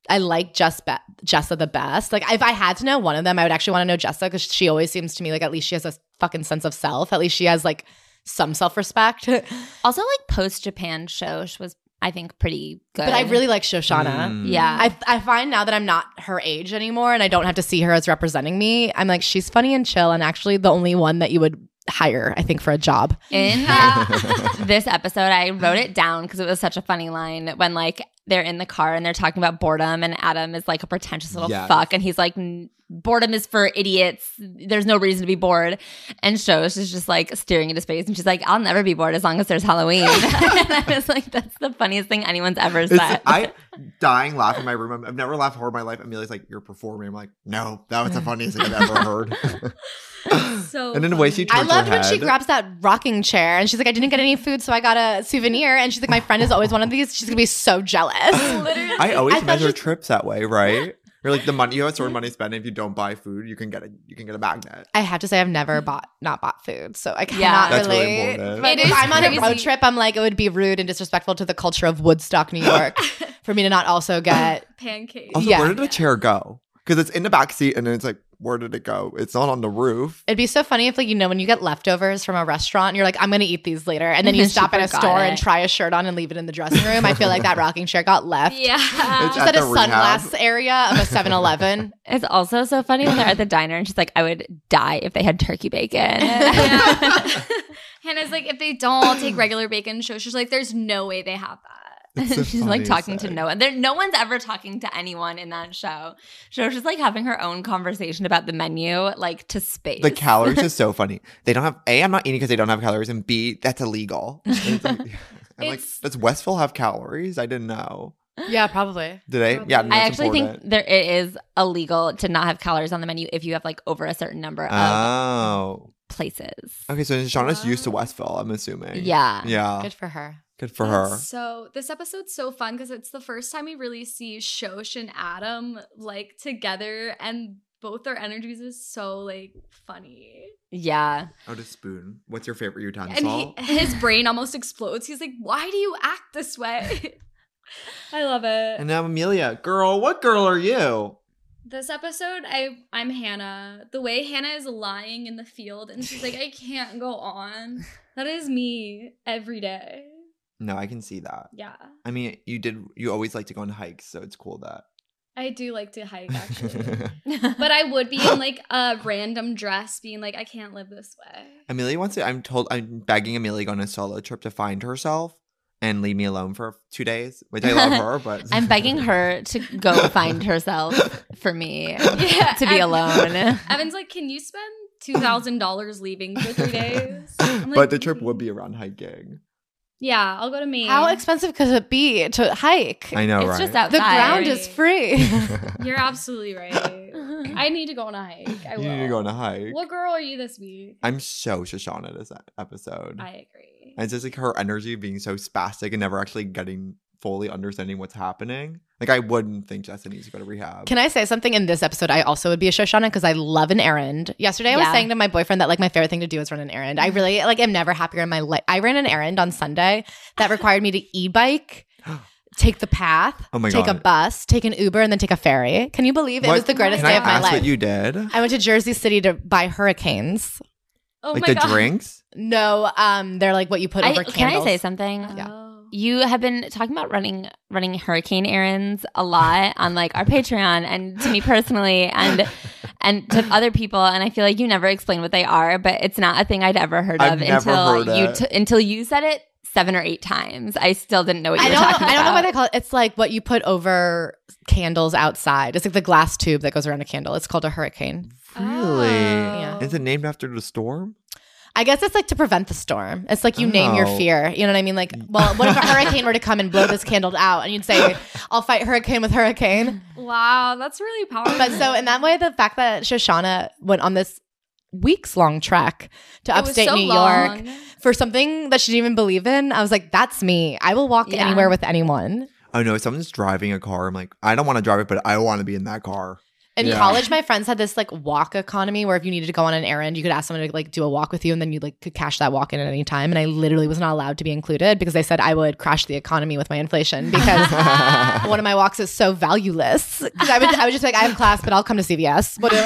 [SPEAKER 3] I like Jess be- Jessa the best. Like if I had to know one of them, I would actually want to know Jessa because she always seems to me like at least she has a fucking sense of self. At least she has like some self respect. but
[SPEAKER 4] Also, like post Japan show, she was I think pretty good.
[SPEAKER 3] I really like Shoshana.
[SPEAKER 2] Mm.
[SPEAKER 4] yeah.
[SPEAKER 3] I, I find now that I'm not her age anymore and I don't have to see her as representing me. I'm like, she's funny and chill and actually the only one that you would hire, I think, for a job.
[SPEAKER 4] in uh, this episode i wrote it down because it was such a funny line when like they're in the car and they're talking about boredom and adam is like a pretentious little
[SPEAKER 2] Yes.
[SPEAKER 4] fuck and he's like "N- boredom is for idiots there's no reason to be bored and shows is just like staring into space and she's like i'll never be bored as long as there's halloween and i was like that's the funniest thing anyone's ever
[SPEAKER 2] It's,
[SPEAKER 4] said
[SPEAKER 2] I dying laugh in my room. I'm- I've never laughed hard in my life. Amelia's like, "You're performing." I'm like, "No, that was the funniest thing I've ever heard."
[SPEAKER 1] So
[SPEAKER 2] and in a way, she
[SPEAKER 1] funny.
[SPEAKER 3] I
[SPEAKER 2] turns her
[SPEAKER 3] loved when she
[SPEAKER 2] head.
[SPEAKER 3] grabs that rocking chair and she's like, I didn't get any food, so I got a souvenir. And she's like, My friend is always one of these. She's gonna be so jealous.
[SPEAKER 2] I always
[SPEAKER 3] I thought
[SPEAKER 2] measure
[SPEAKER 3] she-
[SPEAKER 2] trips that way, right? You're like the money you have stored money spent. If you don't buy food, you can get a you can get a magnet.
[SPEAKER 3] I have to say, I've never bought not bought food, so I cannot
[SPEAKER 4] Yeah.
[SPEAKER 2] That's really
[SPEAKER 3] relate.
[SPEAKER 2] morbid.
[SPEAKER 3] But
[SPEAKER 1] It
[SPEAKER 3] if
[SPEAKER 1] is
[SPEAKER 3] I'm on a road
[SPEAKER 1] crazy.
[SPEAKER 3] trip, I'm like, it would be rude and disrespectful to the culture of Woodstock, New York, for me to not also get.
[SPEAKER 1] pancakes.
[SPEAKER 2] Also,
[SPEAKER 3] Yeah.
[SPEAKER 2] where did the chair go? Because it's in the back seat, and then it's like, where did it go? It's not on the roof.
[SPEAKER 3] It'd be so funny if, like, you know, when you get leftovers from a restaurant, and you're like, I'm gonna eat these later, and then you
[SPEAKER 4] She
[SPEAKER 3] stop at a
[SPEAKER 4] forgot
[SPEAKER 3] store
[SPEAKER 4] it.
[SPEAKER 3] and try a shirt on and leave it in the dressing room. I feel like that rocking chair got left.
[SPEAKER 1] Yeah.
[SPEAKER 2] It's
[SPEAKER 3] Just
[SPEAKER 2] at
[SPEAKER 3] at, a
[SPEAKER 2] the rehab.
[SPEAKER 3] sunglass area of a 7-Eleven.
[SPEAKER 4] it's also so funny when they're at the diner and she's like i would die if they had turkey bacon
[SPEAKER 1] Yeah. Hannah's like, if they don't, I'll take regular bacon. So she's like, there's no way they have that.
[SPEAKER 2] It's the
[SPEAKER 4] she's like
[SPEAKER 2] funniest
[SPEAKER 4] talking to
[SPEAKER 2] thing.
[SPEAKER 4] no one. There, no one's ever talking to anyone in that show. So she's like having her own conversation about the menu, like to space.
[SPEAKER 2] The calories is so funny. They don't have a. I'm not eating because they don't have calories, and b. That's illegal. And it's like- I'm like,
[SPEAKER 1] It's-
[SPEAKER 2] does Westville have calories? I didn't know.
[SPEAKER 3] yeah, probably.
[SPEAKER 2] Did they? Yeah, I, mean,
[SPEAKER 4] I
[SPEAKER 2] that's
[SPEAKER 4] actually
[SPEAKER 2] important.
[SPEAKER 4] think there it is illegal to not have calories on the menu if you have like over a certain number of
[SPEAKER 2] Oh,
[SPEAKER 4] places.
[SPEAKER 2] okay. So Shauna's used to
[SPEAKER 1] Wow.
[SPEAKER 2] Westville. I'm assuming.
[SPEAKER 4] Yeah.
[SPEAKER 2] Yeah.
[SPEAKER 3] Good for her.
[SPEAKER 2] Good for her.
[SPEAKER 1] That's So this episode's so fun because it's the first time we really see Shosh and Adam like together and both their energies is so like funny.
[SPEAKER 4] Yeah.
[SPEAKER 2] Out a spoon. What's your favorite
[SPEAKER 1] And
[SPEAKER 2] utensil?
[SPEAKER 1] he, his brain almost explodes. He's like, why do you act this way? I love it.
[SPEAKER 2] And now Amelia, girl, what girl are you?
[SPEAKER 1] This episode, I I'm Hannah. The way Hannah is lying in the field and she's like, I can't go on. That is me every day.
[SPEAKER 2] No, I can see that.
[SPEAKER 1] Yeah,
[SPEAKER 2] I mean, you did. You always like to go on hikes, so it's cool that.
[SPEAKER 1] I do like to hike actually, but I would be in like a random dress, being like, I can't live this way.
[SPEAKER 2] Amelia wants to. I'm told. I'm begging Amelia to go on a solo trip to find herself and leave me alone for two days, which I love her. But
[SPEAKER 4] I'm begging her to go find herself for me
[SPEAKER 1] Yeah,
[SPEAKER 4] to be
[SPEAKER 1] Ev-
[SPEAKER 4] alone.
[SPEAKER 1] Evan's like, can you spend two thousand dollars leaving for three days? I'm like, "Mm."
[SPEAKER 2] but the trip would be around hiking.
[SPEAKER 1] Yeah, I'll go to Maine.
[SPEAKER 3] How expensive could it be to hike?
[SPEAKER 2] I know,
[SPEAKER 4] it's
[SPEAKER 2] right?
[SPEAKER 4] just outside.
[SPEAKER 3] The ground is free.
[SPEAKER 1] You're absolutely right. I need to go on a hike. I
[SPEAKER 2] you
[SPEAKER 1] will.
[SPEAKER 2] need to go on a hike.
[SPEAKER 1] What girl are you this week?
[SPEAKER 2] I'm so Shoshana this e-, episode.
[SPEAKER 1] I agree.
[SPEAKER 2] And it's just like her energy being so spastic and never actually getting fully understanding what's happening. Like I wouldn't think Jessa needs to go to rehab.
[SPEAKER 3] Can I say something in this episode? I also would be a Shoshana because I love an errand. Yesterday, I was
[SPEAKER 4] Yeah.
[SPEAKER 3] saying to my boyfriend that like my favorite thing to do is run an errand. I really like am never happier in my life. I ran an errand on Sunday that required me to e-bike, take the path,
[SPEAKER 2] Oh my
[SPEAKER 3] take a
[SPEAKER 2] God.
[SPEAKER 3] bus, take an Uber, and then take a ferry. Can you believe it was
[SPEAKER 2] What-
[SPEAKER 3] the greatest
[SPEAKER 2] Can
[SPEAKER 3] day
[SPEAKER 2] I
[SPEAKER 3] of my
[SPEAKER 2] ask
[SPEAKER 3] life? Oh
[SPEAKER 2] what you did?
[SPEAKER 3] I went to Jersey City to buy hurricanes.
[SPEAKER 1] Oh
[SPEAKER 2] like
[SPEAKER 1] my
[SPEAKER 2] the
[SPEAKER 1] God.
[SPEAKER 2] drinks?
[SPEAKER 3] No, um, they're like what you put
[SPEAKER 4] I-
[SPEAKER 3] over
[SPEAKER 4] can I
[SPEAKER 3] candles.
[SPEAKER 4] say something?
[SPEAKER 3] Yeah.
[SPEAKER 1] Oh.
[SPEAKER 4] You have been talking about running running hurricane errands a lot on like our Patreon and to me personally and and to other people and I feel like you never explain what they are, but it's not a thing I'd ever heard
[SPEAKER 2] I've
[SPEAKER 4] of
[SPEAKER 2] never
[SPEAKER 4] until
[SPEAKER 2] heard
[SPEAKER 4] you
[SPEAKER 2] it.
[SPEAKER 4] t- until you said it seven or eight times. I still didn't know what you
[SPEAKER 3] I
[SPEAKER 4] were
[SPEAKER 3] don't.
[SPEAKER 4] talking
[SPEAKER 3] I don't know
[SPEAKER 4] about.
[SPEAKER 3] what they call it. It's like what you put over candles outside. It's like the glass tube that goes around a candle. It's called a hurricane.
[SPEAKER 2] Really?
[SPEAKER 1] Yeah.
[SPEAKER 2] Is it named after the storm?
[SPEAKER 3] I guess it's like to prevent the storm. It's like you name your
[SPEAKER 2] Oh.
[SPEAKER 3] fear. You know what I mean? Like, well, what if a hurricane were to come and blow this candle out? And you'd say, I'll fight hurricane with hurricane.
[SPEAKER 1] Wow, that's really powerful.
[SPEAKER 3] But so, in that way, the fact that Shoshana went on this weeks long trek to
[SPEAKER 1] It was
[SPEAKER 3] upstate
[SPEAKER 1] so
[SPEAKER 3] New
[SPEAKER 1] long.
[SPEAKER 3] York for something that she didn't even believe in, I was like, that's me. I will walk
[SPEAKER 1] Yeah.
[SPEAKER 3] anywhere with anyone.
[SPEAKER 2] Oh no, if someone's driving a car. I'm like, I don't want to drive it, but I want to be in that car.
[SPEAKER 3] In
[SPEAKER 2] Yeah.
[SPEAKER 3] college, my friends had this like walk economy where if you needed to go on an errand, you could ask someone to like do a walk with you, and then you like could cash that walk in at any time. And I literally was not allowed to be included because they said I would crash the economy with my inflation because one of my walks is so valueless. 'Cause I would I would just be like I have class, but I'll come to CVS. What do-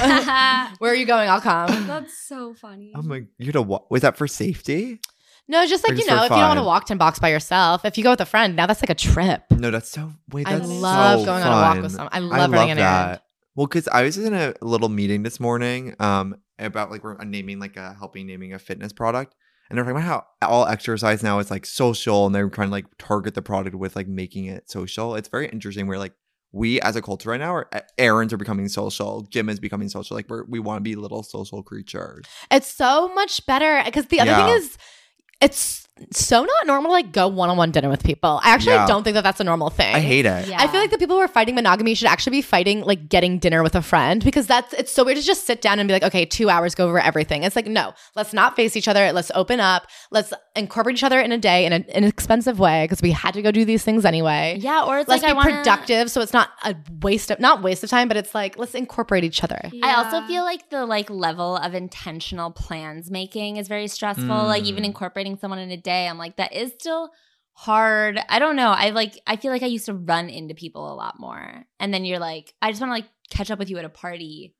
[SPEAKER 3] Where are you going? I'll come.
[SPEAKER 1] That's so funny.
[SPEAKER 2] Oh my, you know what? Was that for safety?
[SPEAKER 3] No, just like
[SPEAKER 2] Or
[SPEAKER 3] you
[SPEAKER 2] just
[SPEAKER 3] know,
[SPEAKER 2] for
[SPEAKER 3] if you don't want to
[SPEAKER 2] fun.
[SPEAKER 3] walk ten bucks by yourself, if you go with a friend, now that's like a trip.
[SPEAKER 2] No, that's so. Wait,
[SPEAKER 3] I
[SPEAKER 2] that's
[SPEAKER 3] love
[SPEAKER 2] so
[SPEAKER 3] going on a walk with
[SPEAKER 2] fun.
[SPEAKER 3] someone. I love running an errand.
[SPEAKER 2] Well, because I was in a little meeting this morning um, about like we're naming like a helping naming a fitness product, and they're talking about how all exercise now is like social, and they're trying to like target the product with like making it social. It's very interesting. Where like we as a culture right now, are, uh, errands are becoming social, gym is becoming social. Like we're, we want to be little social creatures.
[SPEAKER 3] It's so much better because the other
[SPEAKER 2] Yeah.
[SPEAKER 3] thing is, it's so not normal. to, Like go one on one dinner with people. I actually
[SPEAKER 2] Yeah.
[SPEAKER 3] don't think that that's a normal thing.
[SPEAKER 4] Eh?
[SPEAKER 2] I hate it.
[SPEAKER 3] I feel like the people who are fighting monogamy should actually be fighting like getting dinner with a friend because that's it's so weird to just sit down and be like, okay, two hours go over everything. It's like no, let's not face each other. Let's open up. Let's incorporate each other in a day in an inexpensive way because we had to go do these things anyway.
[SPEAKER 4] Yeah, or it's
[SPEAKER 3] Let's
[SPEAKER 4] like
[SPEAKER 3] be
[SPEAKER 4] I wanna-
[SPEAKER 3] productive, so it's not a waste of not waste of time, but it's like let's incorporate each other.
[SPEAKER 4] I also feel like the like level of intentional plans making is very stressful. Like even
[SPEAKER 2] Mm.
[SPEAKER 4] incorporating someone in a day, I'm like that is still hard. I don't know. I like I feel like I used to run into people a lot more. And then you're like I just want to like catch up with you at a party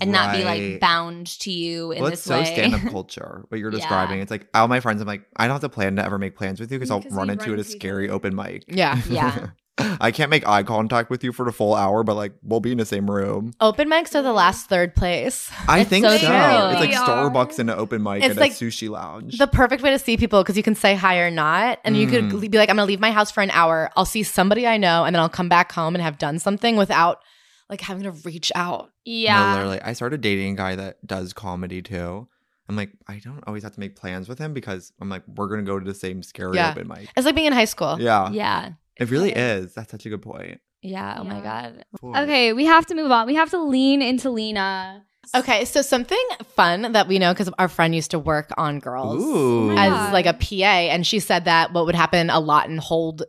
[SPEAKER 4] and not be like
[SPEAKER 2] Right.
[SPEAKER 4] bound to you in
[SPEAKER 2] Well,
[SPEAKER 4] this
[SPEAKER 2] it's so
[SPEAKER 4] way.
[SPEAKER 2] stand-up culture what you're
[SPEAKER 4] Yeah.
[SPEAKER 2] describing. It's like all my friends. I'm like, I don't have to plan to ever make plans with you because I'll
[SPEAKER 1] Because we
[SPEAKER 2] run
[SPEAKER 1] run
[SPEAKER 2] into it at a
[SPEAKER 1] into each
[SPEAKER 2] scary
[SPEAKER 1] other.
[SPEAKER 2] open mic.
[SPEAKER 3] Uh, Yeah.
[SPEAKER 4] Yeah.
[SPEAKER 2] I can't make eye contact with you for the full hour, but like we'll be in the same room.
[SPEAKER 3] Open mics are the last third place.
[SPEAKER 2] I
[SPEAKER 4] It's
[SPEAKER 2] think
[SPEAKER 4] so
[SPEAKER 2] so.
[SPEAKER 4] true.
[SPEAKER 2] It's like
[SPEAKER 1] They
[SPEAKER 2] Starbucks
[SPEAKER 1] are.
[SPEAKER 2] and an open mic
[SPEAKER 3] It's
[SPEAKER 2] and
[SPEAKER 3] like
[SPEAKER 2] a sushi lounge.
[SPEAKER 3] The perfect way to see people because you can say hi or not, and you could
[SPEAKER 2] Mm.
[SPEAKER 3] le- be like, "I'm gonna leave my house for an hour. I'll see somebody I know, and then I'll come back home and have done something without like having to reach out."
[SPEAKER 1] yeah.
[SPEAKER 2] No, literally. I started dating a guy that does comedy too. I'm like, I don't always have to make plans with him because I'm like, we're gonna go to the same scary
[SPEAKER 3] Yeah.
[SPEAKER 2] open mic.
[SPEAKER 3] It's like being in high school.
[SPEAKER 2] Yeah.
[SPEAKER 4] yeah.
[SPEAKER 2] It really is. That's such a good point.
[SPEAKER 4] Yeah. Oh my god.
[SPEAKER 1] Okay, we have to move on. We have to lean into Lena.
[SPEAKER 3] Okay, so something fun that we know because our friend used to work on girls
[SPEAKER 2] Ooh.
[SPEAKER 1] my
[SPEAKER 3] as
[SPEAKER 1] God.
[SPEAKER 3] like a PA, and she said that what would happen a lot and hold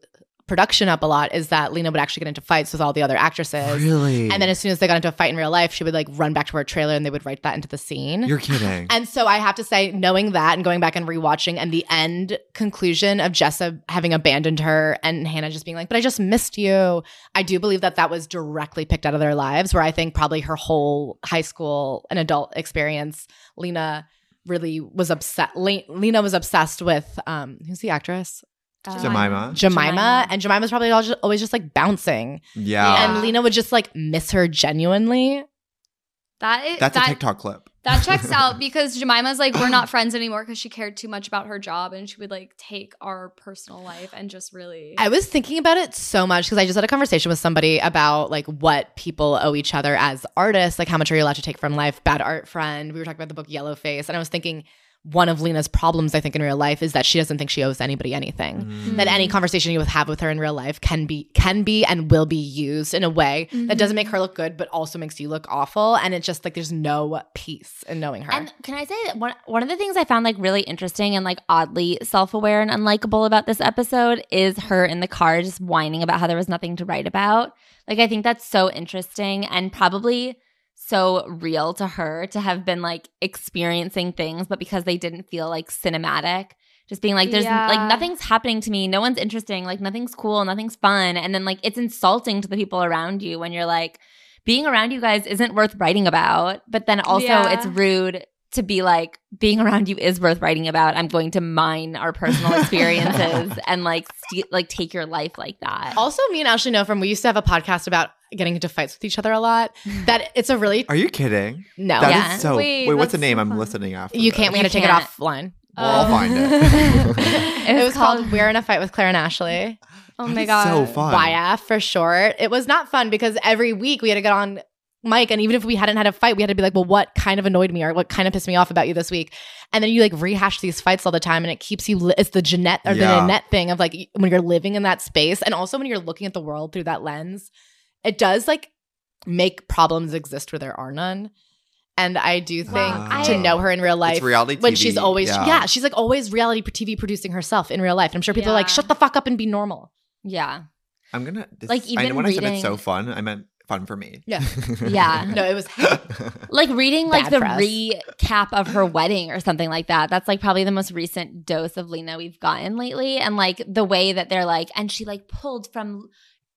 [SPEAKER 3] production up a lot is that Lena would actually get into fights with all the other actresses.
[SPEAKER 2] Really?
[SPEAKER 3] And then as soon as they got into a fight in real life, she would like run back to her trailer and they would write that into the scene.
[SPEAKER 2] you're kidding.
[SPEAKER 3] And so I have to say, knowing that and going back and rewatching and the end conclusion of Jessa having abandoned her and Hannah just being like, but I just missed you. I do believe that that was directly picked out of their lives, where I think probably her whole high school and adult experience, Lena really was upset. Le- Lena was obsessed with, um, who's the actress?
[SPEAKER 4] Um,
[SPEAKER 2] Jemima. Ah.
[SPEAKER 3] Jemima.
[SPEAKER 4] Jemima.
[SPEAKER 3] And Jemima's probably al- just- always just like bouncing.
[SPEAKER 2] yeah.
[SPEAKER 3] And Lena would just like miss her genuinely.
[SPEAKER 1] That is
[SPEAKER 2] That's
[SPEAKER 1] that,
[SPEAKER 2] a TikTok clip.
[SPEAKER 1] That checks out because Jemima's like, we're not friends anymore because she cared too much about her job and she would like take our personal life and just really.
[SPEAKER 3] I was thinking about it so much because I just had a conversation with somebody about like what people owe each other as artists, like how much are you allowed to take from life? Bad art friend. We were talking about the book Yellow Face, and I was thinking one of Lena's problems, I think, in real life is that she doesn't think she owes anybody anything. That any conversation you would have with her in real life can be can be and will be used in a way that doesn't make her look good, but also makes you look awful. And it's just like there's no peace in knowing her.
[SPEAKER 4] And can I say that one one of the things I found like really interesting and like oddly self aware and unlikable about this episode is her in the car just whining about how there was nothing to write about. Like I think that's so interesting and probably so real to her to have been like experiencing things, but because they didn't feel like cinematic, just being like, there's
[SPEAKER 1] Yeah.
[SPEAKER 4] like nothing's happening to me, no one's interesting, like nothing's cool, nothing's fun. And then like it's insulting to the people around you when you're like, being around you guys isn't worth writing about, but then also
[SPEAKER 1] Yeah.
[SPEAKER 4] it's rude to be like being around you is worth writing about. I'm going to mine our personal experiences and like st- like take your life like that.
[SPEAKER 3] also, me and Ashley know from we used to have a podcast about getting into fights with each other a lot. That it's a really
[SPEAKER 2] Are you kidding?
[SPEAKER 3] no.
[SPEAKER 2] That is
[SPEAKER 4] Yeah.
[SPEAKER 2] so.
[SPEAKER 1] Wait,
[SPEAKER 2] Wait, what's the
[SPEAKER 1] that's so
[SPEAKER 2] name? I'm
[SPEAKER 1] fun.
[SPEAKER 2] listening after.
[SPEAKER 3] You
[SPEAKER 2] this.
[SPEAKER 3] can't. We
[SPEAKER 4] You
[SPEAKER 3] had to take
[SPEAKER 4] can't.
[SPEAKER 3] it offline.
[SPEAKER 2] We'll all find it.
[SPEAKER 4] It
[SPEAKER 3] It
[SPEAKER 4] was,
[SPEAKER 3] was, called, "We're in a Fight with Claire and Ashley."
[SPEAKER 1] oh
[SPEAKER 2] That
[SPEAKER 1] my
[SPEAKER 2] is
[SPEAKER 1] god.
[SPEAKER 2] So fun.
[SPEAKER 3] YF for short. It was not fun because every week we had to get on mic, and even if we hadn't had a fight, we had to be like, "Well, what kind of annoyed me, or what kind of pissed me off about you this week?" And then you like rehash these fights all the time, and it keeps you. Li- it's the Jeanette or
[SPEAKER 2] Yeah.
[SPEAKER 3] the Jeanette thing of like when you're living in that space, and also when you're looking at the world through that lens, it does like make problems exist where there are none. And I do think
[SPEAKER 1] Wow.
[SPEAKER 3] to
[SPEAKER 1] I-
[SPEAKER 3] know her in real life,
[SPEAKER 2] It's reality
[SPEAKER 3] when
[SPEAKER 2] TV,
[SPEAKER 3] she's always yeah.
[SPEAKER 2] yeah.
[SPEAKER 3] she's like always reality TV producing herself in real life. And I'm sure people are like,
[SPEAKER 1] Yeah.
[SPEAKER 3] shut the fuck up and be normal.
[SPEAKER 4] yeah.
[SPEAKER 2] I'm gonna. This,
[SPEAKER 4] Like,
[SPEAKER 2] I know
[SPEAKER 4] even
[SPEAKER 2] when I said it's so
[SPEAKER 4] reading-
[SPEAKER 2] fun, I meant fun for me.
[SPEAKER 3] Yeah.
[SPEAKER 4] Yeah.
[SPEAKER 3] No, it was
[SPEAKER 4] Like reading like
[SPEAKER 3] Bad
[SPEAKER 4] the
[SPEAKER 3] for us.
[SPEAKER 4] recap of her wedding or something like that. That's like probably the most recent dose of Lena we've gotten lately. And like the way that they're like, and she like pulled from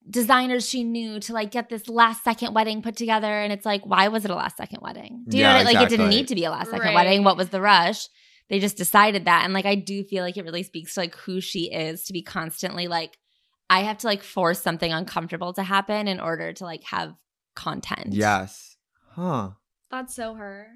[SPEAKER 4] designers she knew to like get this last second wedding put together. And it's like, why was it a last second wedding? Do you
[SPEAKER 2] Yeah,
[SPEAKER 4] know what I- like it didn't
[SPEAKER 2] exactly.
[SPEAKER 4] need to be a last second
[SPEAKER 1] Right.
[SPEAKER 4] wedding? What was the rush? They just decided that. And like I do feel like it really speaks to like who she is to be constantly like, I have to like force something uncomfortable to happen in order to like have content.
[SPEAKER 2] Yes. Huh.
[SPEAKER 1] That's so her.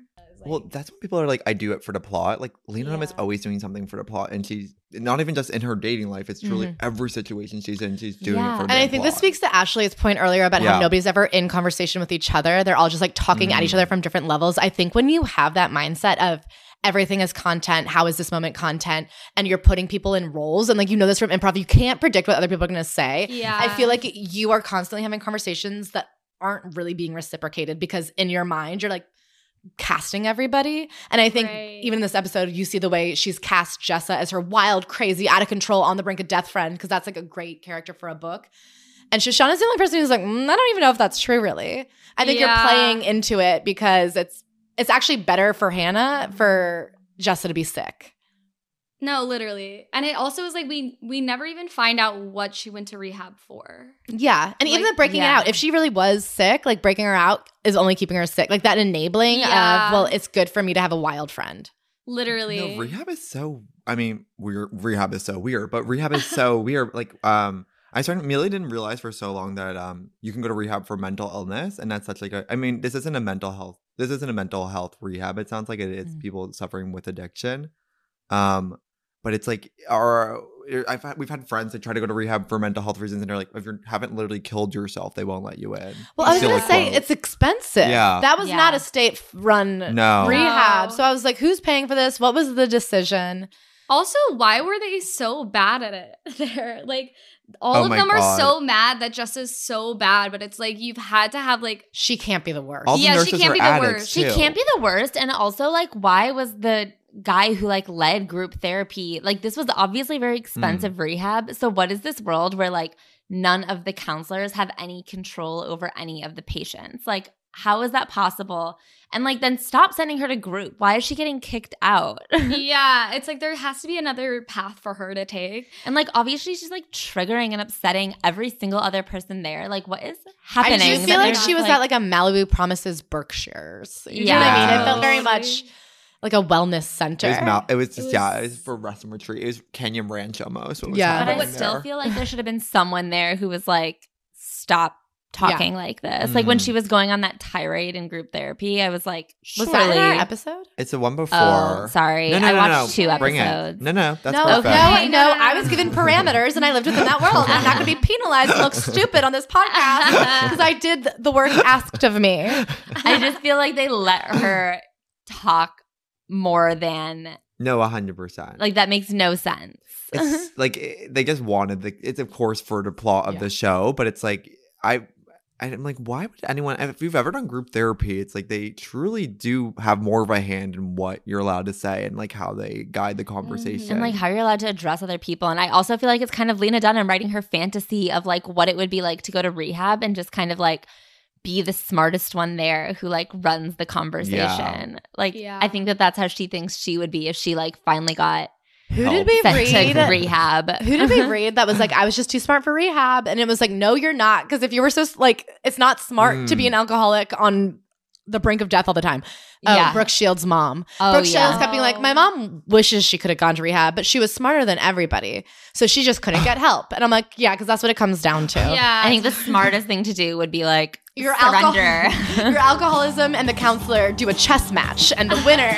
[SPEAKER 2] Well, that's when people are like, I do it for the plot. Like Lena Dunham is
[SPEAKER 4] Yeah.
[SPEAKER 2] always doing something for the plot, and she's not even just in her dating life. It's truly every situation she's in, she's doing
[SPEAKER 4] Yeah.
[SPEAKER 2] it for.
[SPEAKER 4] And
[SPEAKER 2] the
[SPEAKER 3] And I think this
[SPEAKER 2] plot.
[SPEAKER 3] speaks to Ashley's point earlier about how
[SPEAKER 2] Yeah.
[SPEAKER 3] nobody's ever in conversation with each other. They're all just like talking at each
[SPEAKER 2] Mhm.
[SPEAKER 3] other from different levels. I think when you have that mindset of everything is content, how is this moment content, and you're putting people in roles, and like you know this from improv, you can't predict what other people are going to say.
[SPEAKER 1] Yeah.
[SPEAKER 3] I feel like you are constantly having conversations that aren't really being reciprocated because in your mind you're like casting everybody. And I think
[SPEAKER 1] Right.
[SPEAKER 3] even in this episode, you see the way she's cast Jessa as her wild, crazy, out of control, on the brink of death friend, because that's like a great character for a book. And Shoshana's the only person who's like, mm, I don't even know if that's true, really. I think
[SPEAKER 1] Yeah.
[SPEAKER 3] you're playing into it because it's it's actually better for Hannah for Jessa to be sick.
[SPEAKER 1] No, literally. And it also is like we we never even find out what she went to rehab for.
[SPEAKER 3] Yeah. And even
[SPEAKER 1] Like,
[SPEAKER 3] the breaking
[SPEAKER 4] yeah.
[SPEAKER 3] it out, if she really was sick, like breaking her out is only keeping her sick. Like that enabling
[SPEAKER 1] Yeah.
[SPEAKER 3] of, well, it's good for me to have a wild friend.
[SPEAKER 1] Literally.
[SPEAKER 2] No, rehab is so. I mean, we're rehab is so weird, but rehab is so weird. Like, um, I started Amelia didn't realize for so long that um, you can go to rehab for mental illness, and that's such like a. I mean, this isn't a mental health. This isn't a mental health rehab. It sounds like it is
[SPEAKER 3] Mm.
[SPEAKER 2] people suffering with addiction, um, but it's like our. I've had, we've had friends that try to go to rehab for mental health reasons, and they're like, if you haven't literally killed yourself, they won't let you in.
[SPEAKER 3] Well, I was
[SPEAKER 2] It's still
[SPEAKER 3] gonna
[SPEAKER 2] a
[SPEAKER 3] say
[SPEAKER 2] quote.
[SPEAKER 3] it's expensive.
[SPEAKER 2] Yeah.
[SPEAKER 3] that was
[SPEAKER 4] Yeah.
[SPEAKER 3] not a state run
[SPEAKER 2] no.
[SPEAKER 3] rehab.
[SPEAKER 1] No.
[SPEAKER 3] So I was like, who's paying for this? What was the decision?
[SPEAKER 1] Also, why were they so bad at it there? Like all
[SPEAKER 2] Oh
[SPEAKER 1] of
[SPEAKER 2] my
[SPEAKER 1] them
[SPEAKER 2] God.
[SPEAKER 1] are so mad that Jessa's so bad, but it's like you've had to have like
[SPEAKER 3] She can't be the worst.
[SPEAKER 2] All the
[SPEAKER 1] Yeah, she
[SPEAKER 2] nurses
[SPEAKER 1] can't
[SPEAKER 2] are
[SPEAKER 1] be the
[SPEAKER 2] addicts,
[SPEAKER 1] worst.
[SPEAKER 4] She
[SPEAKER 2] too.
[SPEAKER 4] can't be the worst. And also, like, why was the guy who like led group therapy like this was obviously very expensive rehab? So what is this world where like none of the counselors have any control over any of the patients? Like, how is that possible? And like, then stop sending her to group. Why is she getting kicked out?
[SPEAKER 1] yeah, it's like there has to be another path for her to take.
[SPEAKER 4] and like, obviously, she's like triggering and upsetting every single other person there. Like, what is
[SPEAKER 3] I
[SPEAKER 4] happening?
[SPEAKER 3] do feel
[SPEAKER 4] that they're
[SPEAKER 3] like
[SPEAKER 4] not,
[SPEAKER 3] she was at like a Malibu Promises Berkshires. You know what I mean?
[SPEAKER 2] Yeah.
[SPEAKER 3] It felt very much
[SPEAKER 1] Totally.
[SPEAKER 3] like a wellness center.
[SPEAKER 2] It was, mal- it was
[SPEAKER 1] It
[SPEAKER 2] just yeah, it
[SPEAKER 1] was-
[SPEAKER 2] was for rest and retreat. It was Canyon Ranch almost. What was
[SPEAKER 3] Yeah.
[SPEAKER 4] But I
[SPEAKER 2] happening
[SPEAKER 4] would still
[SPEAKER 2] there.
[SPEAKER 4] feel like there should have been someone there who was like, stop talking like this. Like when
[SPEAKER 2] Mhm.
[SPEAKER 4] she was going on that tirade in group therapy, I was like,
[SPEAKER 3] was
[SPEAKER 4] surely.
[SPEAKER 3] that in our episode?
[SPEAKER 2] It's the one before.
[SPEAKER 4] oh, sorry.
[SPEAKER 2] No, no,
[SPEAKER 4] I
[SPEAKER 2] no,
[SPEAKER 4] watched
[SPEAKER 2] no.
[SPEAKER 4] two
[SPEAKER 2] Bring
[SPEAKER 4] episodes.
[SPEAKER 2] it. No, no, that's
[SPEAKER 3] no,
[SPEAKER 2] perfect.
[SPEAKER 3] no,
[SPEAKER 1] Okay,
[SPEAKER 3] no,
[SPEAKER 1] no, no,
[SPEAKER 3] I was
[SPEAKER 1] no.
[SPEAKER 3] given parameters and I lived within that world. I'm not going to be penalized and look stupid on this podcast because I did the work asked of me.
[SPEAKER 4] I just feel like they let her talk more than
[SPEAKER 2] No, hundred percent.
[SPEAKER 4] like that makes no sense.
[SPEAKER 2] it's like it- they just wanted the. It's of course for the plot of
[SPEAKER 3] Yeah.
[SPEAKER 2] the show, but it's like I. I'm like, why would anyone? If you've ever done group therapy, it's like they truly do have more of a hand in what you're allowed to say and like how they guide the
[SPEAKER 4] Mm-hmm.
[SPEAKER 2] conversation.
[SPEAKER 4] And like how you're allowed to address other people. And I also feel like it's kind of Lena Dunham writing her fantasy of like what it would be like to go to rehab and just kind of like be the smartest one there who like runs the conversation. Like
[SPEAKER 1] Yeah.
[SPEAKER 4] I think that that's how she thinks she would be if she like finally got
[SPEAKER 3] Who
[SPEAKER 2] Help.
[SPEAKER 3] did we
[SPEAKER 4] sent
[SPEAKER 3] read?
[SPEAKER 4] to rehab.
[SPEAKER 3] Who did
[SPEAKER 4] Uh-huh.
[SPEAKER 3] we read that was like, I was just too smart for rehab? And it was like, no, you're not. Because if you were so, like, it's not smart to be
[SPEAKER 2] Mm.
[SPEAKER 3] an alcoholic on the brink of death all the time. Oh,
[SPEAKER 4] yeah.
[SPEAKER 3] Brooke Shields' mom.
[SPEAKER 4] oh,
[SPEAKER 3] Brooke
[SPEAKER 4] yeah.
[SPEAKER 3] Shields kept being like, my mom wishes she could have gone to rehab, but she was smarter than everybody. So she just couldn't get help. And I'm like, yeah, because that's what it comes down to.
[SPEAKER 1] Yeah.
[SPEAKER 4] I think the smartest thing to do would be like
[SPEAKER 3] Your alcohol-
[SPEAKER 4] surrender.
[SPEAKER 3] Your alcoholism and the counselor do a chess match, and the winner.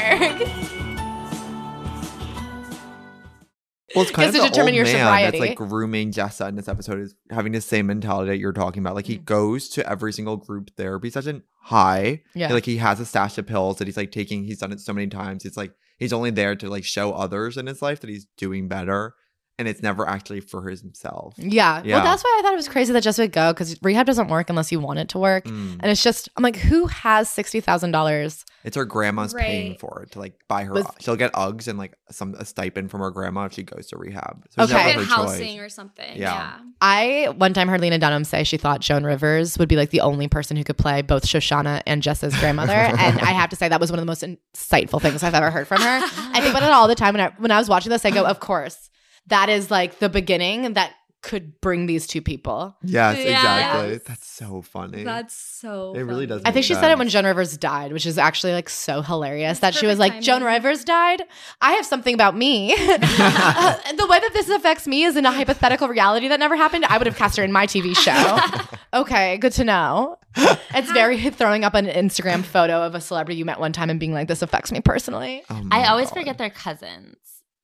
[SPEAKER 2] Well, it's kind
[SPEAKER 3] Is
[SPEAKER 2] of
[SPEAKER 3] to
[SPEAKER 2] the
[SPEAKER 3] determine
[SPEAKER 2] old
[SPEAKER 3] your
[SPEAKER 2] man
[SPEAKER 3] sobriety.
[SPEAKER 2] that's like grooming Jessa in this episode is having the same mentality that you're talking about. Like
[SPEAKER 3] Mm.
[SPEAKER 2] he goes to every single group therapy session high.
[SPEAKER 3] Yeah.
[SPEAKER 2] Like he has a stash of pills that he's like taking. He's done it so many times. It's like he's only there to like show others in his life that he's doing better. and it's never actually for himself.
[SPEAKER 3] Yeah.
[SPEAKER 2] Yeah.
[SPEAKER 3] Well, that's why I thought it was crazy that Jess would go because rehab doesn't work unless you want it to work.
[SPEAKER 2] Mm.
[SPEAKER 3] And it's just, I'm like, who has $60,000?
[SPEAKER 2] It's her grandma's paying
[SPEAKER 1] Right.
[SPEAKER 2] for it to like buy her.
[SPEAKER 3] Was-
[SPEAKER 2] she'll get Uggs and like some a stipend from her grandma if she goes to rehab. So it's
[SPEAKER 3] Okay.
[SPEAKER 2] never
[SPEAKER 1] Get
[SPEAKER 2] her
[SPEAKER 1] housing
[SPEAKER 2] choice.
[SPEAKER 1] or something.
[SPEAKER 2] Yeah.
[SPEAKER 1] Yeah.
[SPEAKER 3] I one time heard Lena Dunham say she thought Joan Rivers would be like the only person who could play both Shoshana and Jess's grandmother, and I have to say that was one of the most insightful things I've ever heard from her. I think about it all the time. When I when I was watching this, I go, "Of course, that is like the beginning that could bring these two people."
[SPEAKER 2] Yes, exactly.
[SPEAKER 1] Yes.
[SPEAKER 2] That's so funny.
[SPEAKER 1] That's so.
[SPEAKER 2] It really
[SPEAKER 1] funny.
[SPEAKER 2] does
[SPEAKER 3] I think she said
[SPEAKER 2] Yeah.
[SPEAKER 3] it when Joan Rivers died, which is actually like so hilarious that
[SPEAKER 1] That's
[SPEAKER 3] she was
[SPEAKER 1] perfect
[SPEAKER 3] like, Joan
[SPEAKER 1] timing.
[SPEAKER 3] Rivers died. I have something about me. Uh, the way that this affects me is in a hypothetical reality that never happened. I would have cast her in my TV show. okay, good to know. It's very throwing up an Instagram photo of a celebrity you met one time and being like, this affects me personally.
[SPEAKER 2] Oh my
[SPEAKER 4] I always
[SPEAKER 2] God.
[SPEAKER 4] forget they're cousins.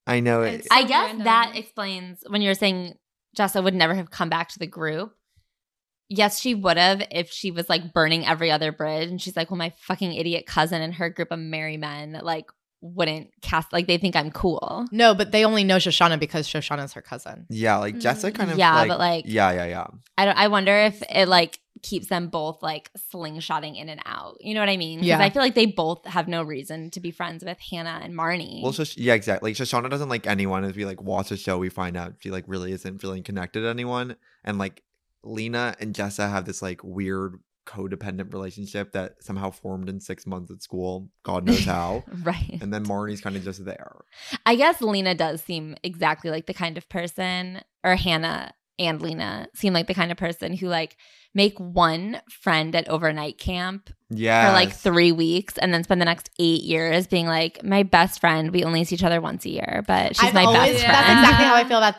[SPEAKER 2] I know it.
[SPEAKER 1] It's-
[SPEAKER 4] I guess
[SPEAKER 1] Random.
[SPEAKER 4] that explains when you were saying Jessa would never have come back to the group. Yes, she would have if she was like burning every other bridge. And she's like, well, my fucking idiot cousin and her group of merry men like wouldn't cast, like they think I'm cool.
[SPEAKER 3] No, but they only know Shoshana because Shoshana's her cousin.
[SPEAKER 2] yeah, like Jessica kind of.
[SPEAKER 4] Yeah,
[SPEAKER 2] like,
[SPEAKER 4] but, like-
[SPEAKER 2] Yeah, yeah, yeah.
[SPEAKER 4] I don't, I wonder if it like keeps them both like slingshotting in and out. You know what I mean? 'Cause
[SPEAKER 3] Yeah.
[SPEAKER 4] I feel like they both have no reason to be friends with Hannah and Marnie.
[SPEAKER 2] Well, Shosh- yeah, exactly. Like, Shoshana doesn't like anyone. As we like watch the show, we find out she like really isn't feeling connected to anyone. And like Lena and Jessa have this like weird codependent relationship that somehow formed in six months at school. God knows how.
[SPEAKER 4] right.
[SPEAKER 2] and then Marnie's kind of just there.
[SPEAKER 4] I guess Lena does seem exactly like the kind of person, or Hannah and Lena seem like the kind of person who like make one friend at overnight camp
[SPEAKER 2] Yeah.
[SPEAKER 4] for like three weeks and then spend the next eight years being like, my best friend, we only see each other once a year, but she's
[SPEAKER 3] I've
[SPEAKER 4] my
[SPEAKER 3] always-
[SPEAKER 4] best
[SPEAKER 1] Yeah.
[SPEAKER 3] That's
[SPEAKER 4] friend.
[SPEAKER 3] exactly how I feel about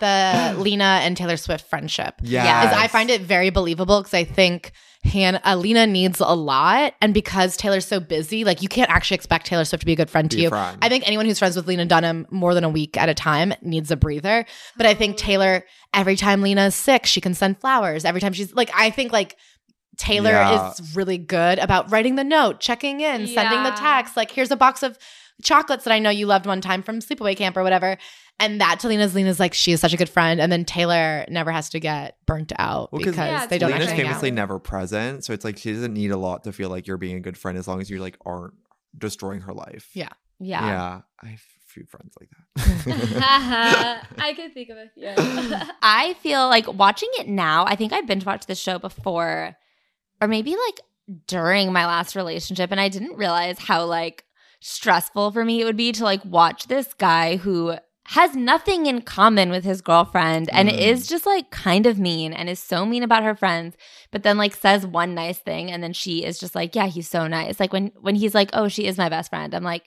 [SPEAKER 3] the Lena and Taylor Swift friendship.
[SPEAKER 2] Yeah.
[SPEAKER 3] is I find it very believable because I think Hannah Alina needs a lot, and because Taylor's so busy, like you can't actually expect Taylor Swift to be a good friend to
[SPEAKER 2] Be a
[SPEAKER 3] you.
[SPEAKER 2] friend.
[SPEAKER 3] I think anyone who's friends with Lena Dunham more than a week at a time needs a breather. But I think Taylor, every time Lena is sick, she can send flowers. Every time she's like, I think like. Taylor
[SPEAKER 2] Yeah.
[SPEAKER 3] is really good about writing the note, checking in, sending the
[SPEAKER 1] Yeah.
[SPEAKER 3] text. Like, here's a box of chocolates that I know you loved one time from sleepaway camp or whatever. And that to Lena's Lena's like she is such a good friend, and then Taylor never has to get burnt out
[SPEAKER 2] Well, 'cause
[SPEAKER 3] because
[SPEAKER 1] Yeah,
[SPEAKER 3] they don't
[SPEAKER 2] Lena's
[SPEAKER 3] actually hang out.
[SPEAKER 2] famously never present, so it's like she doesn't need a lot to feel like you're being a good friend as long as you like aren't destroying her life.
[SPEAKER 3] Yeah.
[SPEAKER 4] yeah.
[SPEAKER 2] Yeah. I have a few friends like that.
[SPEAKER 1] I could think of a few.
[SPEAKER 4] I feel like watching it now, I think I binge watched this show before or maybe like during my last relationship and I didn't realize how like stressful for me it would be to like watch this guy who has nothing in common with his girlfriend and
[SPEAKER 2] Mm.
[SPEAKER 4] is just like kind of mean and is so mean about her friends but then like says one nice thing and then she is just like yeah he's so nice like when when he's like oh she is my best friend i'm like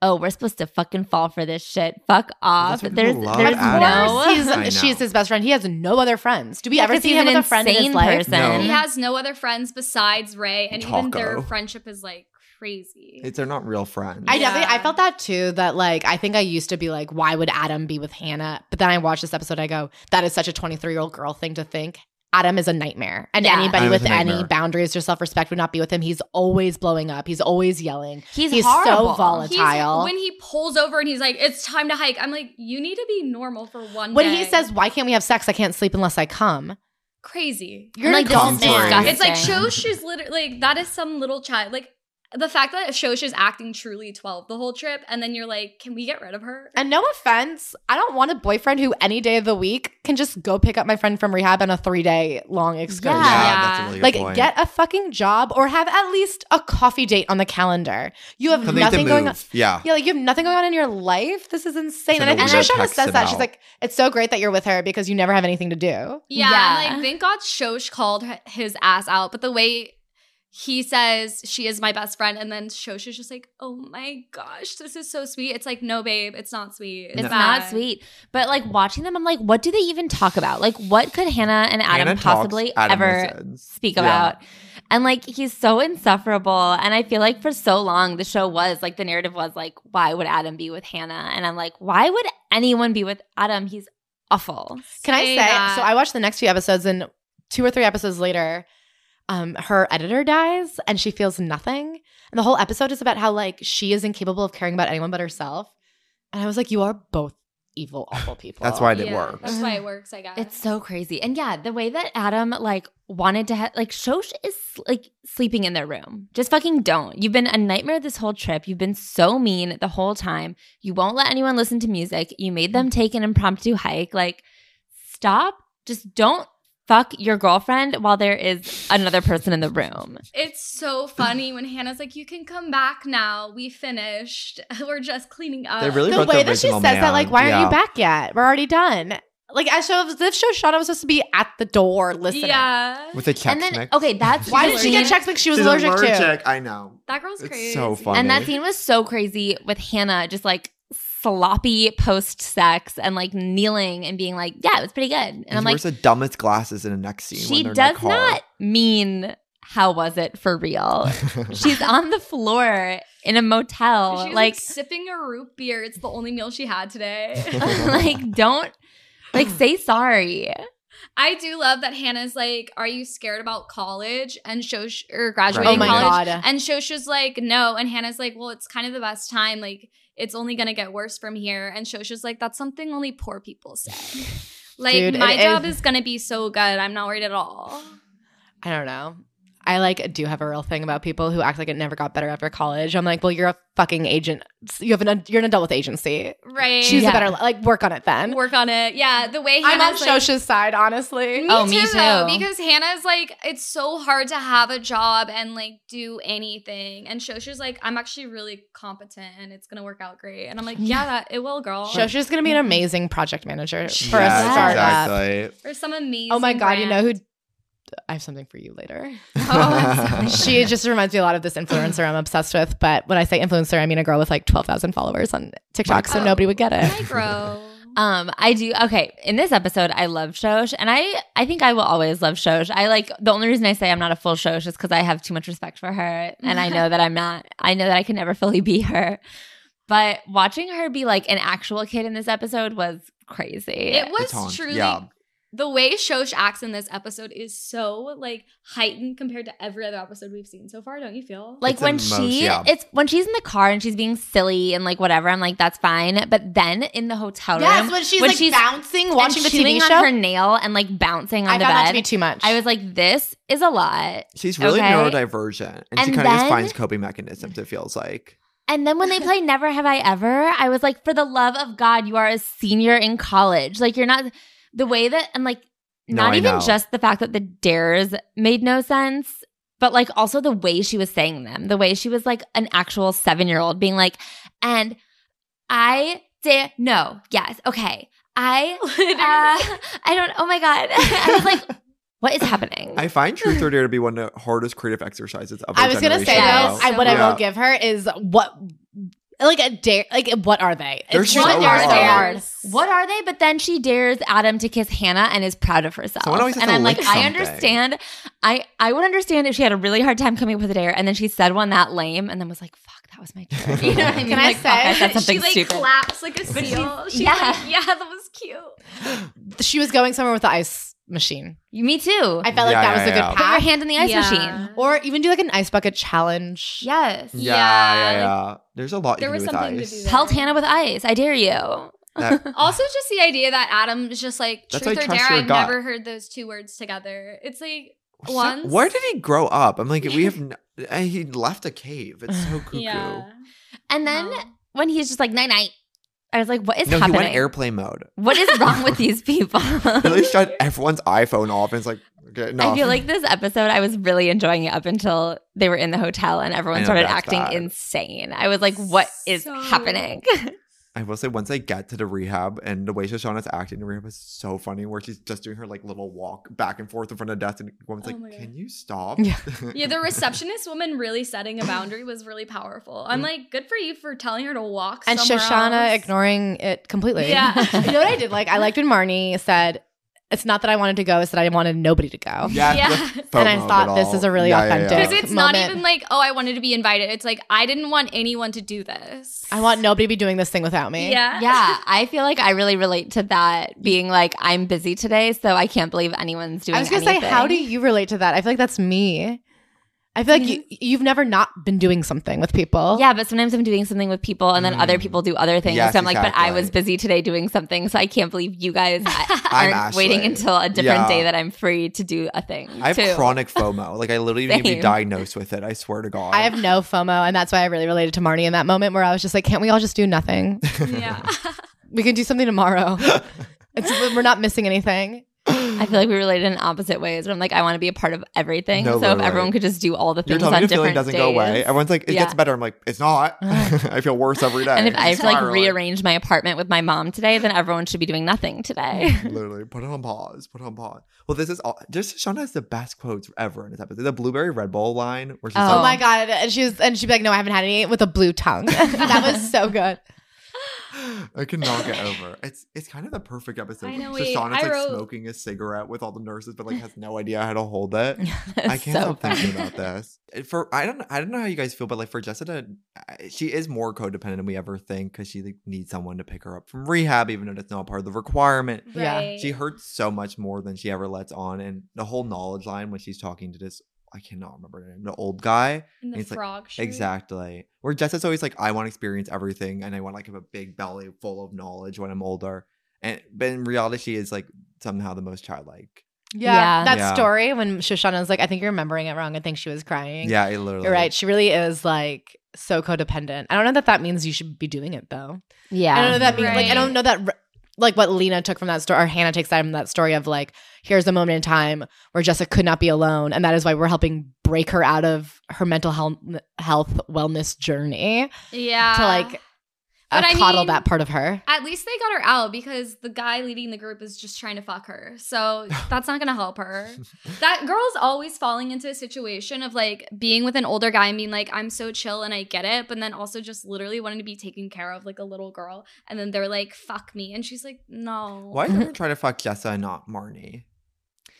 [SPEAKER 4] oh we're supposed to fucking fall for this shit fuck off
[SPEAKER 2] That's what people
[SPEAKER 4] there's
[SPEAKER 2] love
[SPEAKER 4] there's
[SPEAKER 2] out
[SPEAKER 3] Of
[SPEAKER 4] no
[SPEAKER 2] of
[SPEAKER 3] course, he's-
[SPEAKER 2] I know.
[SPEAKER 3] she's his best friend. He has no other friends. Do we
[SPEAKER 4] Yeah,
[SPEAKER 3] ever
[SPEAKER 4] 'cause
[SPEAKER 3] see
[SPEAKER 4] he's
[SPEAKER 3] him
[SPEAKER 4] an
[SPEAKER 3] with a friend in his
[SPEAKER 4] insane
[SPEAKER 3] life?
[SPEAKER 4] person.
[SPEAKER 2] No.
[SPEAKER 1] he has no other friends besides Ray, and even their
[SPEAKER 2] Taco.
[SPEAKER 1] friendship is like crazy.
[SPEAKER 2] it's they're not real friends.
[SPEAKER 3] I
[SPEAKER 1] Yeah.
[SPEAKER 3] definitely I felt that too. That like I think I used to be like, why would Adam be with Hannah? But then I watched this episode. I go, that is such a 23 year old girl thing to think. Adam is a nightmare, and
[SPEAKER 4] Yeah.
[SPEAKER 3] anybody
[SPEAKER 2] Adam is
[SPEAKER 3] with
[SPEAKER 2] a
[SPEAKER 3] any
[SPEAKER 2] nightmare.
[SPEAKER 3] boundaries or self respect would not be with him. He's always blowing up. He's always yelling.
[SPEAKER 4] He's
[SPEAKER 3] so
[SPEAKER 4] horrible.
[SPEAKER 1] He's-
[SPEAKER 3] volatile.
[SPEAKER 1] when he pulls over and he's like, "It's time to hike," I'm like, "You need to be normal for one
[SPEAKER 3] when
[SPEAKER 1] day."
[SPEAKER 3] he says, "Why can't we have sex? I can't sleep unless I come."
[SPEAKER 1] "Crazy,"
[SPEAKER 3] You're
[SPEAKER 4] like,
[SPEAKER 3] like,
[SPEAKER 4] this is
[SPEAKER 3] adult man.
[SPEAKER 4] disgusting.
[SPEAKER 1] it's like
[SPEAKER 4] Insane.
[SPEAKER 1] Shosh is literally like that is some little child. Like the fact that Shosh is acting truly 12 the whole trip, and then you're like, "Can we get rid of her?"
[SPEAKER 3] And no offense, I don't want a boyfriend who any day of the week can just go pick up my friend from rehab on a three day long excursion.
[SPEAKER 2] yeah,
[SPEAKER 4] Yeah.
[SPEAKER 2] that's a really good
[SPEAKER 3] Like,
[SPEAKER 2] point.
[SPEAKER 3] get a fucking job or have at least a coffee date on the calendar. You have
[SPEAKER 2] Something to
[SPEAKER 3] nothing going
[SPEAKER 2] move.
[SPEAKER 3] on.
[SPEAKER 2] Yeah.
[SPEAKER 3] Yeah, like you have nothing going on in your life. This is insane.
[SPEAKER 2] Send
[SPEAKER 3] And I
[SPEAKER 2] a
[SPEAKER 3] think
[SPEAKER 2] weird
[SPEAKER 3] Shoshana
[SPEAKER 2] text
[SPEAKER 3] says that. She's
[SPEAKER 2] about-
[SPEAKER 3] like, it's so great that you're with her because you never have anything to do.
[SPEAKER 1] Yeah,
[SPEAKER 4] Yeah.
[SPEAKER 1] I'm like thank God Shosh called h- his ass out, but the way he says she is my best friend, and then Shosh is just like, "Oh my gosh, this is so sweet." It's like, no, babe, it's not sweet.
[SPEAKER 4] It's
[SPEAKER 1] bad."
[SPEAKER 4] not sweet. But like watching them, I'm like, what do they even talk about? Like, what could Hannah and Adam
[SPEAKER 2] Hannah talks,
[SPEAKER 4] possibly
[SPEAKER 2] Adam
[SPEAKER 4] ever
[SPEAKER 2] listens.
[SPEAKER 4] speak
[SPEAKER 2] Yeah.
[SPEAKER 4] about? And like, he's so insufferable. And I feel like for so long, the show was like, the narrative was like, why would Adam be with Hannah? And I'm like, why would anyone be with Adam? He's awful.
[SPEAKER 3] Can I say?
[SPEAKER 1] that.
[SPEAKER 3] So I watched the next few episodes, and two or three episodes later, um, her editor dies, and she feels nothing. And the whole episode is about how like she is incapable of caring about anyone but herself. And I was like, you are both evil, awful people.
[SPEAKER 2] That's why it
[SPEAKER 1] Yeah,
[SPEAKER 2] works.
[SPEAKER 1] That's why it works, I guess.
[SPEAKER 4] It's so crazy. And yeah, the way that Adam like wanted to ha- like Shosh is like sleeping in their room. Just fucking don't. You've been a nightmare this whole trip. You've been so mean the whole time. You won't let anyone listen to music. You made them take an impromptu hike. Like stop. Just don't fuck your girlfriend while there is another person in the room.
[SPEAKER 1] It's so funny when Hannah's like, "You can come back now. We finished. We're just cleaning up."
[SPEAKER 2] They really
[SPEAKER 3] the
[SPEAKER 2] wrote
[SPEAKER 3] way
[SPEAKER 2] the
[SPEAKER 3] that she
[SPEAKER 2] original
[SPEAKER 3] says that,
[SPEAKER 2] man.
[SPEAKER 3] like, why aren't
[SPEAKER 2] Yeah.
[SPEAKER 3] you back yet? We're already done. Like, as show, as if Shoshana was supposed to be at the door listening.
[SPEAKER 1] Yeah,
[SPEAKER 2] with a check
[SPEAKER 4] and then
[SPEAKER 2] mix.
[SPEAKER 4] okay, that's
[SPEAKER 3] Why did she get
[SPEAKER 4] checked?
[SPEAKER 3] checks? Like, she was allergic, to.
[SPEAKER 2] I know.
[SPEAKER 1] that girl's
[SPEAKER 2] It's
[SPEAKER 1] crazy.
[SPEAKER 2] so funny.
[SPEAKER 4] And that scene was so crazy with Hannah just like sloppy post sex and like kneeling and being like, yeah, it was pretty good. And,
[SPEAKER 2] And
[SPEAKER 4] I'm
[SPEAKER 2] she
[SPEAKER 4] like,
[SPEAKER 2] wears the dumbest glasses in the next scene.
[SPEAKER 4] she
[SPEAKER 2] when they're in
[SPEAKER 4] does
[SPEAKER 2] the
[SPEAKER 4] not
[SPEAKER 2] car.
[SPEAKER 4] mean how was it for real. She's on the floor in a motel.
[SPEAKER 1] She was, like,
[SPEAKER 4] like
[SPEAKER 1] sipping a root beer. It's the only meal she had today.
[SPEAKER 4] like don't like say sorry.
[SPEAKER 1] I do love that Hannah's like, "Are you scared about college?" And Shosh or graduating
[SPEAKER 2] Oh my
[SPEAKER 1] college.
[SPEAKER 3] god.
[SPEAKER 1] And Shosha's like, no. And Hannah's like, well, it's kind of the best time. Like, it's only going to get worse from here. And Shosha's like, that's something only poor people say. Like,
[SPEAKER 3] Dude,
[SPEAKER 1] my
[SPEAKER 3] it
[SPEAKER 1] job
[SPEAKER 3] is-
[SPEAKER 1] is, going to be so good. I'm not worried at all.
[SPEAKER 3] I don't know. I like do have a real thing about people who act like it never got better after college. I'm like, well, you're a fucking agent. You have an you're an adult with agency.
[SPEAKER 1] Right.
[SPEAKER 3] Choose
[SPEAKER 4] Yeah.
[SPEAKER 3] a better li- like work on it then.
[SPEAKER 1] Work on it. Yeah. The way
[SPEAKER 3] I'm on
[SPEAKER 1] Hannah's like,
[SPEAKER 3] Shosha's side, honestly.
[SPEAKER 1] Me
[SPEAKER 4] Oh,
[SPEAKER 1] too,
[SPEAKER 4] me
[SPEAKER 1] though,
[SPEAKER 4] too.
[SPEAKER 1] because Hannah's like, it's so hard to have a job and like do anything. And Shosha's like, I'm actually really competent and it's gonna work out great. And I'm like, yeah, that, it will, girl.
[SPEAKER 3] Oh, Shosha's gonna be an amazing project manager for
[SPEAKER 2] Yes,
[SPEAKER 3] a startup.
[SPEAKER 2] Exactly.
[SPEAKER 1] There's some amazing.
[SPEAKER 3] Oh my god, you know
[SPEAKER 1] brand.
[SPEAKER 3] who? I have something for you later.
[SPEAKER 1] I'm
[SPEAKER 3] she just reminds me a lot of this influencer I'm obsessed with. But when I say influencer, I mean a girl with like 12,000 followers on TikTok, so
[SPEAKER 1] Wow.
[SPEAKER 3] nobody would get it.
[SPEAKER 1] micro.
[SPEAKER 4] Um, I do okay. In this episode, I love Shosh, and I I think I will always love Shosh. I like the only reason I say I'm not a full Shosh is because I have too much respect for her, and I know that I'm not. I know that I can never fully be her. But watching her be like an actual kid in this episode was crazy.
[SPEAKER 1] It
[SPEAKER 2] It's on.
[SPEAKER 1] was truly
[SPEAKER 2] Yeah.
[SPEAKER 1] the way Shosh acts in this episode is so like heightened compared to every other episode we've seen so far. Don't you feel?
[SPEAKER 4] like
[SPEAKER 2] It's
[SPEAKER 4] when
[SPEAKER 2] the most-
[SPEAKER 4] she
[SPEAKER 2] yeah.
[SPEAKER 4] it's when she's in the car and she's being silly and like whatever. I'm like that's fine. But then in the hotel room, when she's
[SPEAKER 3] bouncing,
[SPEAKER 4] and chewing on her nail and like bouncing on
[SPEAKER 3] I
[SPEAKER 4] the
[SPEAKER 3] found that to be
[SPEAKER 4] bed.
[SPEAKER 3] too much.
[SPEAKER 4] I was like, this is a lot.
[SPEAKER 2] She's really
[SPEAKER 4] Okay.
[SPEAKER 2] neurodivergent, and, she
[SPEAKER 4] And
[SPEAKER 2] kind of just
[SPEAKER 4] then-
[SPEAKER 2] finds coping mechanisms. It feels like
[SPEAKER 4] And then when they play Never Have I Ever, I was like, for the love of God, you are a senior in college. Like, you're not the way that, and like,
[SPEAKER 2] No,
[SPEAKER 4] not
[SPEAKER 2] I
[SPEAKER 4] even
[SPEAKER 2] know.
[SPEAKER 4] just the fact that the dares made no sense, but like also the way she was saying them, the way she was like an actual seven year old being like, and I did, no, yes, okay. I, uh, I don't, oh my God. I was like, what is happening?
[SPEAKER 2] I find Truth or Dare to be one of the hardest creative exercises of.
[SPEAKER 3] I
[SPEAKER 2] our
[SPEAKER 3] was gonna say
[SPEAKER 2] generation
[SPEAKER 4] Yes.
[SPEAKER 3] though,
[SPEAKER 2] now.
[SPEAKER 3] I, what I
[SPEAKER 2] Yeah.
[SPEAKER 3] will give her is what, like a dare, like what are they?
[SPEAKER 2] They're
[SPEAKER 3] It's
[SPEAKER 2] so
[SPEAKER 3] what are
[SPEAKER 2] hard.
[SPEAKER 3] they?
[SPEAKER 4] What are they? But then she dares Adam to kiss Hannah and is proud of herself.
[SPEAKER 2] Someone always has
[SPEAKER 4] and
[SPEAKER 2] to
[SPEAKER 4] I'm like,
[SPEAKER 2] lick
[SPEAKER 4] I
[SPEAKER 2] something.
[SPEAKER 4] understand. I I would understand if she had a really hard time coming up with a dare, and then she said one that lame, and then was like, "Fuck, that was my dare." You know what I mean?
[SPEAKER 3] Can I
[SPEAKER 4] Like, fuck, I
[SPEAKER 3] say-
[SPEAKER 4] said something
[SPEAKER 1] she like
[SPEAKER 4] stupid?
[SPEAKER 1] claps like a seal. She's
[SPEAKER 4] yeah.
[SPEAKER 1] like, yeah, that was cute.
[SPEAKER 3] She was going somewhere with the ice machine.
[SPEAKER 4] You- Me too.
[SPEAKER 3] I felt
[SPEAKER 2] Yeah,
[SPEAKER 3] like that
[SPEAKER 2] yeah,
[SPEAKER 3] was
[SPEAKER 2] yeah.
[SPEAKER 3] a good
[SPEAKER 4] Put your
[SPEAKER 3] path.
[SPEAKER 4] hand in the ice
[SPEAKER 1] Yeah.
[SPEAKER 4] machine.
[SPEAKER 3] or even do like an ice bucket challenge.
[SPEAKER 4] Yes.
[SPEAKER 2] Yeah, yeah,
[SPEAKER 1] Yeah,
[SPEAKER 2] yeah. There's a lot you
[SPEAKER 1] there
[SPEAKER 2] can
[SPEAKER 1] was
[SPEAKER 2] do with
[SPEAKER 1] something to
[SPEAKER 2] eyes.
[SPEAKER 1] do there.
[SPEAKER 4] Pelt Hannah with ice. I dare you.
[SPEAKER 2] That-
[SPEAKER 1] Also, just the idea that Adam is just like
[SPEAKER 2] That's
[SPEAKER 1] truth
[SPEAKER 2] why
[SPEAKER 1] or
[SPEAKER 2] trust
[SPEAKER 1] dare.
[SPEAKER 2] your
[SPEAKER 1] I've
[SPEAKER 2] gut.
[SPEAKER 1] never heard those two words together. It's like
[SPEAKER 2] So-
[SPEAKER 1] once.
[SPEAKER 2] Where did he grow up? I'm like, we have. n- and he left a cave. It's so cuckoo.
[SPEAKER 1] Yeah. Um,
[SPEAKER 4] And then
[SPEAKER 1] Wow.
[SPEAKER 4] when he's just like night night, I was like, "What is
[SPEAKER 2] No, he
[SPEAKER 4] happening?
[SPEAKER 2] went airplane mode.
[SPEAKER 4] what is wrong with these people?"
[SPEAKER 2] He really shut everyone's iPhone off, and it's like, okay, no.
[SPEAKER 4] I feel like this episode, I was really enjoying it up until they were in the hotel and
[SPEAKER 2] I
[SPEAKER 4] everyone
[SPEAKER 2] know,
[SPEAKER 4] started
[SPEAKER 2] that's
[SPEAKER 4] acting
[SPEAKER 2] bad.
[SPEAKER 4] insane. I was like, what is
[SPEAKER 1] So-
[SPEAKER 4] happening?
[SPEAKER 2] I will say once I get to the rehab and the way Shoshana's acting in rehab is so funny where she's just doing her like little walk back and forth in front of the desk and the woman's
[SPEAKER 1] Oh my
[SPEAKER 2] like,
[SPEAKER 1] God.
[SPEAKER 2] Can you stop?
[SPEAKER 3] Yeah.
[SPEAKER 1] Yeah, the receptionist woman really setting a boundary was really powerful.
[SPEAKER 2] Mm.
[SPEAKER 1] I'm like, good for you for telling her to walk.
[SPEAKER 3] And
[SPEAKER 1] somewhere
[SPEAKER 3] Shoshana
[SPEAKER 1] else.
[SPEAKER 3] ignoring it completely.
[SPEAKER 1] Yeah.
[SPEAKER 3] you know what I did like? I liked when Marnie said, It's not that I wanted to go, it's that I wanted nobody to go.
[SPEAKER 2] yeah.
[SPEAKER 1] Yeah.
[SPEAKER 2] the
[SPEAKER 1] And
[SPEAKER 3] I
[SPEAKER 2] FOMO of
[SPEAKER 3] thought
[SPEAKER 2] it
[SPEAKER 3] this
[SPEAKER 2] all.
[SPEAKER 3] is a really
[SPEAKER 1] Because
[SPEAKER 3] authentic-
[SPEAKER 1] it's not
[SPEAKER 3] moment.
[SPEAKER 1] even like, oh, I wanted to be invited. It's like, I didn't want anyone to do this.
[SPEAKER 3] I want nobody to be doing this thing without me.
[SPEAKER 1] Yeah.
[SPEAKER 4] yeah, I feel like I really relate to that being like, I'm busy today, so I can't believe anyone's doing
[SPEAKER 3] I was gonna say,
[SPEAKER 4] anything.
[SPEAKER 3] how do you relate to that? I feel like that's me. I feel like you, you've never not been doing something with people.
[SPEAKER 4] Yeah, but sometimes I'm doing something with people and then other people do other things.
[SPEAKER 2] Mm. Yes,
[SPEAKER 4] so I'm like, but I
[SPEAKER 2] exactly.
[SPEAKER 4] was busy today doing something, so I can't believe you guys
[SPEAKER 2] I'm
[SPEAKER 4] aren't
[SPEAKER 2] Ashley.
[SPEAKER 4] waiting until a different
[SPEAKER 2] Yeah.
[SPEAKER 4] day that I'm free to do a thing.
[SPEAKER 2] I have
[SPEAKER 4] too.
[SPEAKER 2] chronic FOMO. Like I literally need to be
[SPEAKER 4] Same.
[SPEAKER 2] diagnosed with it. I swear to God.
[SPEAKER 3] I have no FOMO, and that's why I really related to Marnie in that moment where I was just like, can't we all just do nothing?
[SPEAKER 1] yeah.
[SPEAKER 3] We can do something tomorrow. it's, we're not missing anything.
[SPEAKER 4] I feel like we related in opposite ways. But I'm like, I want to be a part of everything.
[SPEAKER 2] No,
[SPEAKER 4] so
[SPEAKER 2] literally.
[SPEAKER 4] if everyone could just do all the
[SPEAKER 2] You're
[SPEAKER 4] things
[SPEAKER 2] telling
[SPEAKER 4] on
[SPEAKER 2] me the feeling
[SPEAKER 4] different
[SPEAKER 2] doesn't
[SPEAKER 4] days,
[SPEAKER 2] go away. Everyone's like, it
[SPEAKER 4] Yeah.
[SPEAKER 2] gets better. I'm like, it's not. I feel worse every day.
[SPEAKER 4] and if I have
[SPEAKER 2] It's
[SPEAKER 4] to like
[SPEAKER 2] spiraling.
[SPEAKER 4] rearrange my apartment with my mom today, then everyone should be doing nothing today.
[SPEAKER 2] Literally, put it on pause. Put it on pause. Well, this is all. Just Shauna has the best quotes ever in this episode. The blueberry Red Bull line, where she's
[SPEAKER 4] Oh.
[SPEAKER 3] Oh,
[SPEAKER 2] like,
[SPEAKER 3] my god! And she was, and she'd be like, "No, I haven't had any with a blue tongue." that was so good.
[SPEAKER 2] "Oh, I cannot get over. It's it's kind of the perfect episode.
[SPEAKER 1] I
[SPEAKER 2] where
[SPEAKER 1] know,
[SPEAKER 2] Shauna's
[SPEAKER 1] wait, I
[SPEAKER 2] like
[SPEAKER 1] wrote-
[SPEAKER 2] smoking a cigarette with all the nurses, but like has no idea how to hold it. I can't
[SPEAKER 4] so
[SPEAKER 2] stop thinking
[SPEAKER 4] fun.
[SPEAKER 2] about this. And Eh, For I don't I don't know how you guys feel, but like for Jessica, I- she is more codependent than we ever think because she like, needs someone to pick her up from rehab, even though that's not part of the requirement.
[SPEAKER 3] Yeah.
[SPEAKER 1] Right.
[SPEAKER 2] She hurts so much more than she ever lets on, and the whole knowledge line when she's talking to this. I cannot remember the name. The old guy.
[SPEAKER 1] In the
[SPEAKER 2] it's like-
[SPEAKER 1] frog shoot.
[SPEAKER 2] Exactly. Where Jessica's always like, I want to experience everything and I want like have a big belly full of knowledge when I'm older. And but in reality, she is like somehow the most childlike.
[SPEAKER 3] Yeah,
[SPEAKER 4] Yeah.
[SPEAKER 3] that
[SPEAKER 2] Yeah.
[SPEAKER 3] story when Shoshana was like, "I think you're remembering it wrong." I think she was crying.
[SPEAKER 2] Yeah, it literally.
[SPEAKER 3] you're right. She really is like so codependent. I don't know that that means you should be doing it though. I don't know
[SPEAKER 4] yeah.
[SPEAKER 3] that means like I
[SPEAKER 1] Right.
[SPEAKER 3] don't know that re- like what Lena took from that story or Hannah takes that from that story of like here's a moment in time where Jessica could not be alone and that is why we're helping break her out of her mental health health wellness journey
[SPEAKER 1] Yeah.
[SPEAKER 3] to like
[SPEAKER 1] Uh, But
[SPEAKER 3] uh,
[SPEAKER 1] I
[SPEAKER 3] coddle
[SPEAKER 1] mean-
[SPEAKER 3] that part of her.
[SPEAKER 1] At least they got her out because the guy leading the group is just trying to fuck her. So that's not going to help her. That girl's always falling into a situation of like being with an older guy and being like, I'm so chill and I get it. But then also just literally wanting to be taken care of like a little girl. And then they're like, fuck me. And she's like, no.
[SPEAKER 2] Why is everyone trying to fuck Jessa and not Marnie?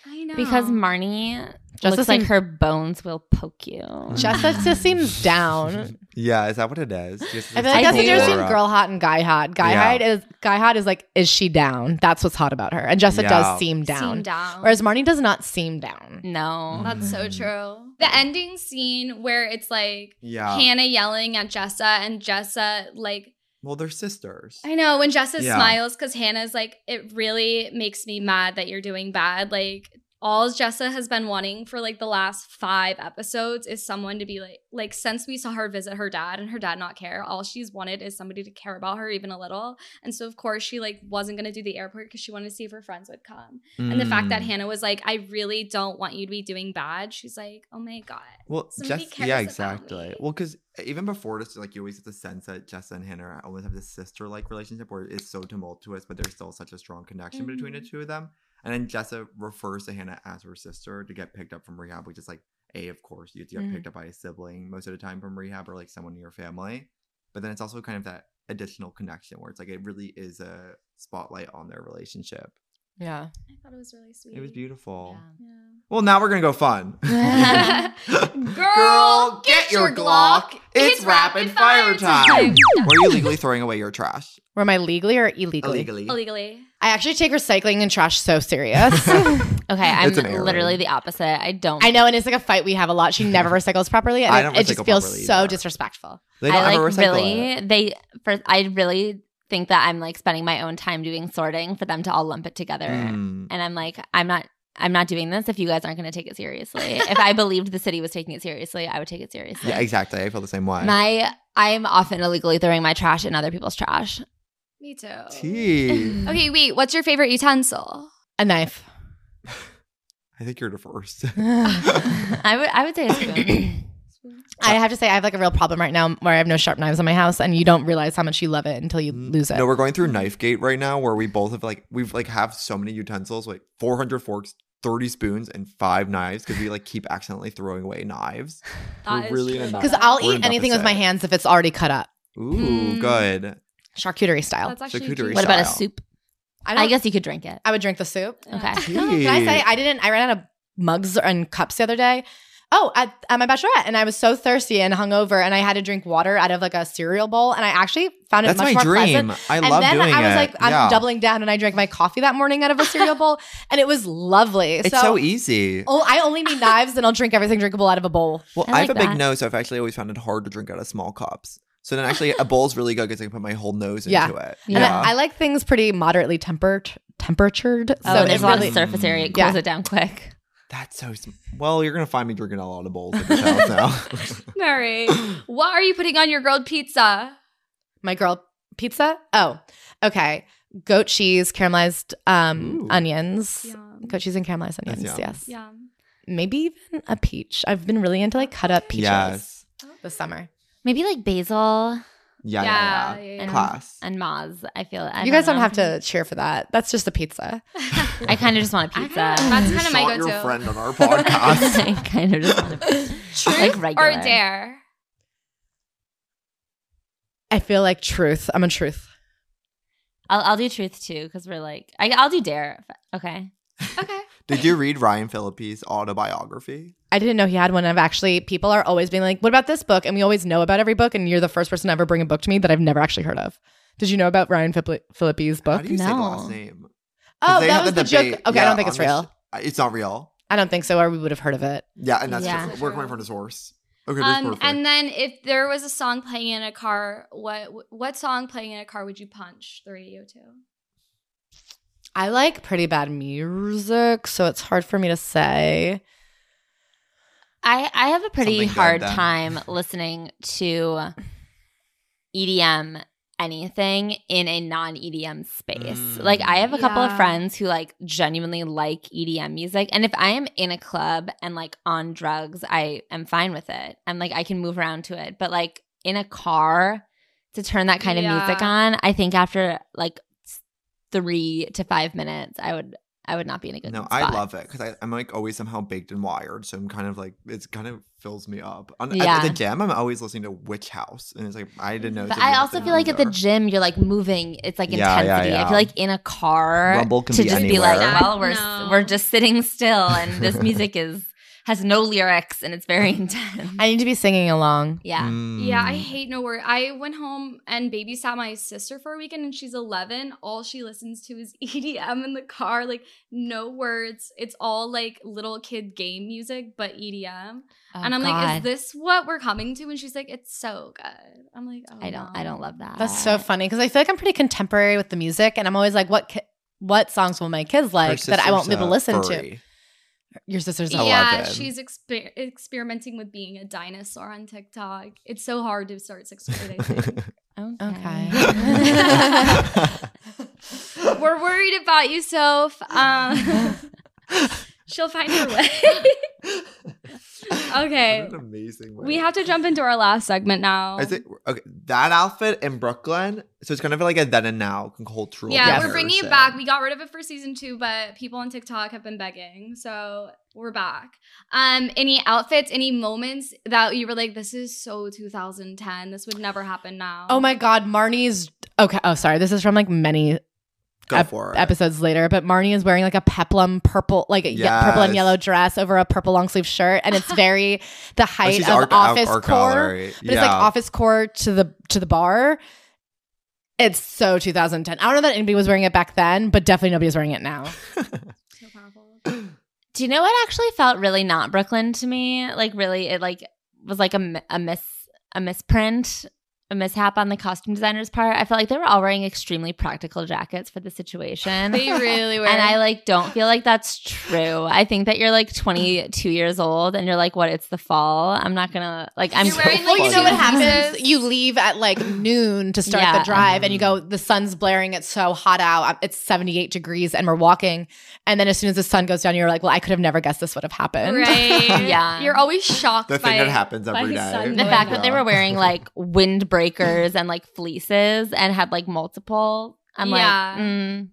[SPEAKER 1] I know.
[SPEAKER 4] Because Marnie
[SPEAKER 3] Just
[SPEAKER 4] looks
[SPEAKER 3] the same-
[SPEAKER 4] like her bones will poke you.
[SPEAKER 2] Mm-hmm.
[SPEAKER 3] Jessica just seems down.
[SPEAKER 2] Yeah, is that what it is? Just
[SPEAKER 3] I feel like that's the
[SPEAKER 4] I do.
[SPEAKER 3] difference between girl hot and guy hot. Guy
[SPEAKER 2] Yeah.
[SPEAKER 3] hot is guy hot is like is she down? That's what's hot about her. And Jessica
[SPEAKER 2] Yeah.
[SPEAKER 3] does seem down.
[SPEAKER 1] Seem down. Mm.
[SPEAKER 3] Whereas Marnie does not seem down.
[SPEAKER 2] Mm-hmm.
[SPEAKER 4] No.
[SPEAKER 1] That's so
[SPEAKER 2] Mm.
[SPEAKER 1] true. The ending scene where it's like
[SPEAKER 2] Yeah.
[SPEAKER 1] Hannah yelling at Jessa and Jessa like
[SPEAKER 2] well, they're sisters.
[SPEAKER 1] I know when Jessa
[SPEAKER 2] Yeah.
[SPEAKER 1] smiles because Hannah's like, it really makes me mad that you're doing bad. Like all Jessa has been wanting for like the last five episodes is someone to be like, like since we saw her visit her dad and her dad not care, all she's wanted is somebody to care about her even a little. And so of course she like wasn't gonna do the airport because she wanted to see if her friends would come. And the fact that
[SPEAKER 2] Mm.
[SPEAKER 1] Hannah was like, I really don't want you to be doing bad. She's like, oh my god.
[SPEAKER 2] Well,
[SPEAKER 1] Somebody
[SPEAKER 2] Jess-
[SPEAKER 1] cares
[SPEAKER 2] yeah,
[SPEAKER 1] about
[SPEAKER 2] exactly.
[SPEAKER 1] me.
[SPEAKER 2] Well, because even before this, like you always get the sense that Jessa and Hannah always have this sister-like relationship where it's so tumultuous, but there's still such a strong connection between the
[SPEAKER 1] Mhm.
[SPEAKER 2] two of them. And then Jessa refers to Hannah as her sister to get picked up from rehab, which is like, a of course you have to get
[SPEAKER 3] Mhm.
[SPEAKER 1] Mm.
[SPEAKER 2] picked up by a sibling most of the time from rehab or like someone in your family. But then it's also kind of that additional connection where it's like it really is a spotlight on their relationship.
[SPEAKER 3] Yeah.
[SPEAKER 1] I thought it was really sweet.
[SPEAKER 2] It was beautiful.
[SPEAKER 1] Yeah.
[SPEAKER 2] Well, now we're gonna go fun.
[SPEAKER 1] Girl, get your Glock. It's rapid fire time.
[SPEAKER 2] Were you legally throwing away your trash?
[SPEAKER 3] Were I legally or illegally?
[SPEAKER 2] Illegally.
[SPEAKER 1] Illegally.
[SPEAKER 3] I actually take recycling and trash so serious.
[SPEAKER 4] Okay, I'm
[SPEAKER 2] It's an error.
[SPEAKER 4] literally the opposite. I don't.
[SPEAKER 3] I know, and it's like a fight we have a lot. She never recycles properly, and
[SPEAKER 2] I
[SPEAKER 3] it-
[SPEAKER 2] don't
[SPEAKER 3] it, just
[SPEAKER 2] recycle properly
[SPEAKER 3] feels so
[SPEAKER 2] either.
[SPEAKER 3] disrespectful.
[SPEAKER 2] They don't
[SPEAKER 4] I
[SPEAKER 2] ever
[SPEAKER 4] like
[SPEAKER 2] recycle
[SPEAKER 4] really.
[SPEAKER 2] it.
[SPEAKER 4] They first. I really think that I'm like spending my own time doing sorting for them to all lump it together,
[SPEAKER 2] Mm.
[SPEAKER 4] and I'm like, I'm not. I'm not doing this if you guys aren't going to take it seriously. if I believed the city was taking it seriously, I would take it seriously.
[SPEAKER 2] Yeah, exactly. I feel the same way.
[SPEAKER 4] My, I'm often illegally throwing my trash in other people's trash.
[SPEAKER 1] Me too.
[SPEAKER 2] Tea.
[SPEAKER 1] Okay, wait. What's your favorite utensil?
[SPEAKER 3] A knife.
[SPEAKER 2] I think you're the first.
[SPEAKER 4] I would, I would say a spoon.
[SPEAKER 3] I have to say, I have like a real problem right now where I have no sharp knives in my house, and you don't realize how much you love it until you lose it.
[SPEAKER 2] Mm, No, we're going through knife gate right now, where we both have like we've like have so many utensils, like 400 forks, 30 spoons, and five knives, because we like keep accidentally throwing away knives.
[SPEAKER 1] That
[SPEAKER 2] We're
[SPEAKER 1] is
[SPEAKER 2] really
[SPEAKER 1] true.
[SPEAKER 2] in a
[SPEAKER 3] because I'll
[SPEAKER 2] We're
[SPEAKER 3] eat
[SPEAKER 2] an
[SPEAKER 3] anything with my
[SPEAKER 2] opposite.
[SPEAKER 3] hands if it's already cut up,
[SPEAKER 2] Ooh,
[SPEAKER 1] Mm.
[SPEAKER 2] good.
[SPEAKER 3] charcuterie style.
[SPEAKER 1] That's actually
[SPEAKER 2] Charcuterie
[SPEAKER 1] cute.
[SPEAKER 4] what about a
[SPEAKER 2] Style.
[SPEAKER 4] soup?
[SPEAKER 3] I,
[SPEAKER 4] I,
[SPEAKER 3] don't,
[SPEAKER 4] guess you could drink it.
[SPEAKER 3] I would drink the soup.
[SPEAKER 4] Okay.
[SPEAKER 1] Yeah.
[SPEAKER 3] Can I
[SPEAKER 2] Tea.
[SPEAKER 3] say I didn't? I ran out of mugs and cups the other day. oh, at, at my bachelorette, and I was so thirsty and hungover, and I had to drink water out of like a cereal bowl, and I actually found it
[SPEAKER 6] That's my
[SPEAKER 3] much more
[SPEAKER 6] dream.
[SPEAKER 3] pleasant.
[SPEAKER 6] I
[SPEAKER 3] and
[SPEAKER 6] love
[SPEAKER 3] then
[SPEAKER 6] doing
[SPEAKER 3] I was
[SPEAKER 6] it.
[SPEAKER 3] like, I'm
[SPEAKER 6] Yeah.
[SPEAKER 3] doubling down, and I drank my coffee that morning out of a cereal bowl, and it was lovely.
[SPEAKER 6] It's so, e- easy.
[SPEAKER 3] Oh, I only need knives, and I'll drink everything drinkable out of a bowl.
[SPEAKER 6] Well,
[SPEAKER 4] I
[SPEAKER 6] I, have a
[SPEAKER 4] like
[SPEAKER 6] big
[SPEAKER 4] that.
[SPEAKER 6] nose, so I've actually always found it hard to drink out of small cups. So then actually a bowl's really good because I can put my whole nose
[SPEAKER 3] Yeah.
[SPEAKER 6] into it.
[SPEAKER 3] And I, I like things pretty moderately tempered, temperatured.
[SPEAKER 4] Oh,
[SPEAKER 3] so
[SPEAKER 4] and
[SPEAKER 3] it
[SPEAKER 4] there's a lot
[SPEAKER 3] really
[SPEAKER 4] of surface area. It cools it down quick.
[SPEAKER 6] That's so sm- well, you're gonna find me drinking a lot of bowls at this house now.
[SPEAKER 1] All right. what are you putting on your grilled pizza?
[SPEAKER 3] my girl pizza. Oh, okay. Goat cheese, caramelized um,
[SPEAKER 6] Ooh.
[SPEAKER 3] onions.
[SPEAKER 1] Yum.
[SPEAKER 3] Goat cheese and caramelized
[SPEAKER 6] That's
[SPEAKER 3] onions.
[SPEAKER 6] yum.
[SPEAKER 3] Yes.
[SPEAKER 1] Yum.
[SPEAKER 3] Maybe even a peach. I've been really into like cut up peaches
[SPEAKER 6] yes.
[SPEAKER 3] this summer.
[SPEAKER 4] Maybe like basil
[SPEAKER 6] Yeah, yeah, yeah.
[SPEAKER 1] yeah, yeah.
[SPEAKER 6] Class.
[SPEAKER 4] and Moz. I feel I
[SPEAKER 3] you guys don't
[SPEAKER 4] know.
[SPEAKER 3] have to cheer for that. That's just a pizza.
[SPEAKER 4] I kind of just want a
[SPEAKER 1] I kinda-
[SPEAKER 4] pizza.
[SPEAKER 1] That's
[SPEAKER 2] You
[SPEAKER 1] kind of my
[SPEAKER 2] shot
[SPEAKER 1] go-to.
[SPEAKER 2] your friend on our podcast.
[SPEAKER 4] I kind of just want a
[SPEAKER 1] Truth
[SPEAKER 4] regular.
[SPEAKER 1] or dare?
[SPEAKER 3] I feel like truth. I'm a truth.
[SPEAKER 4] I'll, I'll do truth too because we're like I, I'll do dare. Okay.
[SPEAKER 1] Okay.
[SPEAKER 6] Did you read Ryan Phillippe's autobiography?
[SPEAKER 3] I didn't know he had one. I've actually, people are always being like, what about this book? And we always know about every book. And you're the first person to ever bring a book to me that I've never actually heard of. Did you know about Ryan Philippi- Philippi's
[SPEAKER 6] How
[SPEAKER 3] book?
[SPEAKER 6] do you say the last
[SPEAKER 4] No.
[SPEAKER 6] name? 'Cause
[SPEAKER 3] Oh,
[SPEAKER 6] they
[SPEAKER 3] that
[SPEAKER 6] had
[SPEAKER 3] was the,
[SPEAKER 6] debate,
[SPEAKER 3] joke. Okay, I
[SPEAKER 6] yeah,
[SPEAKER 3] don't think it's
[SPEAKER 6] on the
[SPEAKER 3] real.
[SPEAKER 6] sh- uh, it's not real.
[SPEAKER 3] I don't think so, or we would have heard of it.
[SPEAKER 6] Yeah, and that's
[SPEAKER 4] Yeah.
[SPEAKER 6] just, we're coming from the source. Okay, that's
[SPEAKER 1] Um,
[SPEAKER 6] perfect.
[SPEAKER 1] and then if there was a song playing in a car, what what song playing in a car would you punch the radio to?
[SPEAKER 3] I like pretty bad music, so it's hard for me to say.
[SPEAKER 4] I I have a pretty
[SPEAKER 6] Something good
[SPEAKER 4] hard
[SPEAKER 6] then.
[SPEAKER 4] time listening to EDM anything in a non EDM space.
[SPEAKER 6] Mm.
[SPEAKER 4] Like I have a couple of
[SPEAKER 1] Yeah.
[SPEAKER 4] friends who like genuinely like EDM music and if I am in a club and like on drugs, I am fine with it. I'm like I can move around to it. But like in a car to turn that kind of music
[SPEAKER 1] Yeah.
[SPEAKER 4] on, I think after like s- 3 to 5 minutes, I would I would not be in a good
[SPEAKER 6] no,
[SPEAKER 4] spot.
[SPEAKER 6] I love it because I'm like always somehow baked and wired, so I'm kind of like it's kind of fills me up. On, at- at,
[SPEAKER 4] Yeah. Mm,
[SPEAKER 6] the gym, I'm always listening to Witch House, and it's like I didn't know.
[SPEAKER 4] But
[SPEAKER 6] it's a
[SPEAKER 4] I
[SPEAKER 6] real
[SPEAKER 4] also
[SPEAKER 6] thing
[SPEAKER 4] feel like at the
[SPEAKER 6] either.
[SPEAKER 4] gym, you're like moving. It's like
[SPEAKER 6] Yeah, yeah,
[SPEAKER 4] intensity. I
[SPEAKER 6] yeah.
[SPEAKER 4] feel like in a car
[SPEAKER 6] Rumble can
[SPEAKER 4] to
[SPEAKER 6] be
[SPEAKER 4] just be
[SPEAKER 6] anywhere.
[SPEAKER 4] like, well, we're
[SPEAKER 1] No.
[SPEAKER 4] we're just sitting still, and this music is has no lyrics, and it's very intense.
[SPEAKER 3] I need to be singing along.
[SPEAKER 4] yeah,
[SPEAKER 1] Yeah, I
[SPEAKER 6] Mm.
[SPEAKER 1] hate no word. I went home and babysat my sister for a weekend, and she's 11. All she listens to is EDM in the car, like no words. It's all like little kid game music, but E EDM.
[SPEAKER 4] Oh,
[SPEAKER 1] and I'm like, is this what we're coming to? And she's like, it's so good. I'm like, oh,
[SPEAKER 4] I don't. I don't love that.
[SPEAKER 3] That's so funny because I feel like I'm pretty contemporary with the music, and I'm always like, what ki- what songs will my kids
[SPEAKER 6] Her
[SPEAKER 3] like that I won't be
[SPEAKER 6] sister's
[SPEAKER 3] able to
[SPEAKER 6] a
[SPEAKER 3] listen to?
[SPEAKER 6] furry.
[SPEAKER 3] Your sister's
[SPEAKER 6] I love
[SPEAKER 1] yeah,
[SPEAKER 6] it.
[SPEAKER 1] she's exper- experimenting with being a dinosaur on TikTok. It's so hard to start sixth grade. I think.
[SPEAKER 4] Okay.
[SPEAKER 1] We're worried about you, Soph. Um, she'll find her way. okay,
[SPEAKER 2] What an amazing. Way.
[SPEAKER 1] we have to jump into our last segment now.
[SPEAKER 6] Is it okay? That outfit in Brooklyn, so it's kind of like a then and now cultural.
[SPEAKER 1] yeah,
[SPEAKER 3] Yes.
[SPEAKER 1] we're bringing it
[SPEAKER 6] comparison.
[SPEAKER 1] back. We got rid of it for season two, but people on TikTok have been begging, so we're back. Um, any outfits, any moments that you were like, "This is so 2010. This would never happen now."
[SPEAKER 3] Oh my God, Marnie's. Okay. Oh, sorry. This is from like many
[SPEAKER 6] Go
[SPEAKER 3] ep-
[SPEAKER 6] for it.
[SPEAKER 3] episodes later, but Marnie is wearing like a peplum purple, like a ye- purple and
[SPEAKER 6] Yes.
[SPEAKER 3] yellow dress over a purple long sleeve shirt, and it's very the
[SPEAKER 6] Oh,
[SPEAKER 3] height
[SPEAKER 6] she's
[SPEAKER 3] of
[SPEAKER 6] art- out-
[SPEAKER 3] office
[SPEAKER 6] art
[SPEAKER 3] core.
[SPEAKER 6] gallery.
[SPEAKER 3] But it's like office core to the to the bar. It's so 2010. I don't know that anybody was wearing it back then, but definitely nobody's wearing it now.
[SPEAKER 1] so powerful.
[SPEAKER 4] Do you know what actually felt really not Brooklyn to me? Like really, it like was like a, mi- a miss a misprint, a mishap on the costume designer's part. I felt like they were all wearing extremely practical jackets for the situation.
[SPEAKER 1] They really were.
[SPEAKER 4] And I like don't feel like that's true. I think that you're like 22 years old and you're like, what? It's the fall. I'm not gonna like. I'm
[SPEAKER 1] You're wearing,
[SPEAKER 4] so
[SPEAKER 1] like,
[SPEAKER 3] Well, you know what
[SPEAKER 4] funny.
[SPEAKER 3] happens? You leave at like noon to start
[SPEAKER 4] Yeah.
[SPEAKER 3] the drive, and you go, the sun's blaring, it's so hot out, I'm- it's 78 degrees, and we're walking. And then as soon as the sun goes down, you're like, well, I could have never guessed this would have happened.
[SPEAKER 1] Right.
[SPEAKER 4] Yeah.
[SPEAKER 1] You're always shocked
[SPEAKER 6] the
[SPEAKER 1] by
[SPEAKER 6] thing that happens
[SPEAKER 1] by
[SPEAKER 6] every
[SPEAKER 1] his
[SPEAKER 6] day.
[SPEAKER 1] son
[SPEAKER 4] The
[SPEAKER 1] Oh,
[SPEAKER 4] fact
[SPEAKER 1] yeah.
[SPEAKER 4] that they were wearing like windbreakers and like fleeces and had like multiple. I'm
[SPEAKER 1] Yeah.
[SPEAKER 4] like, mm,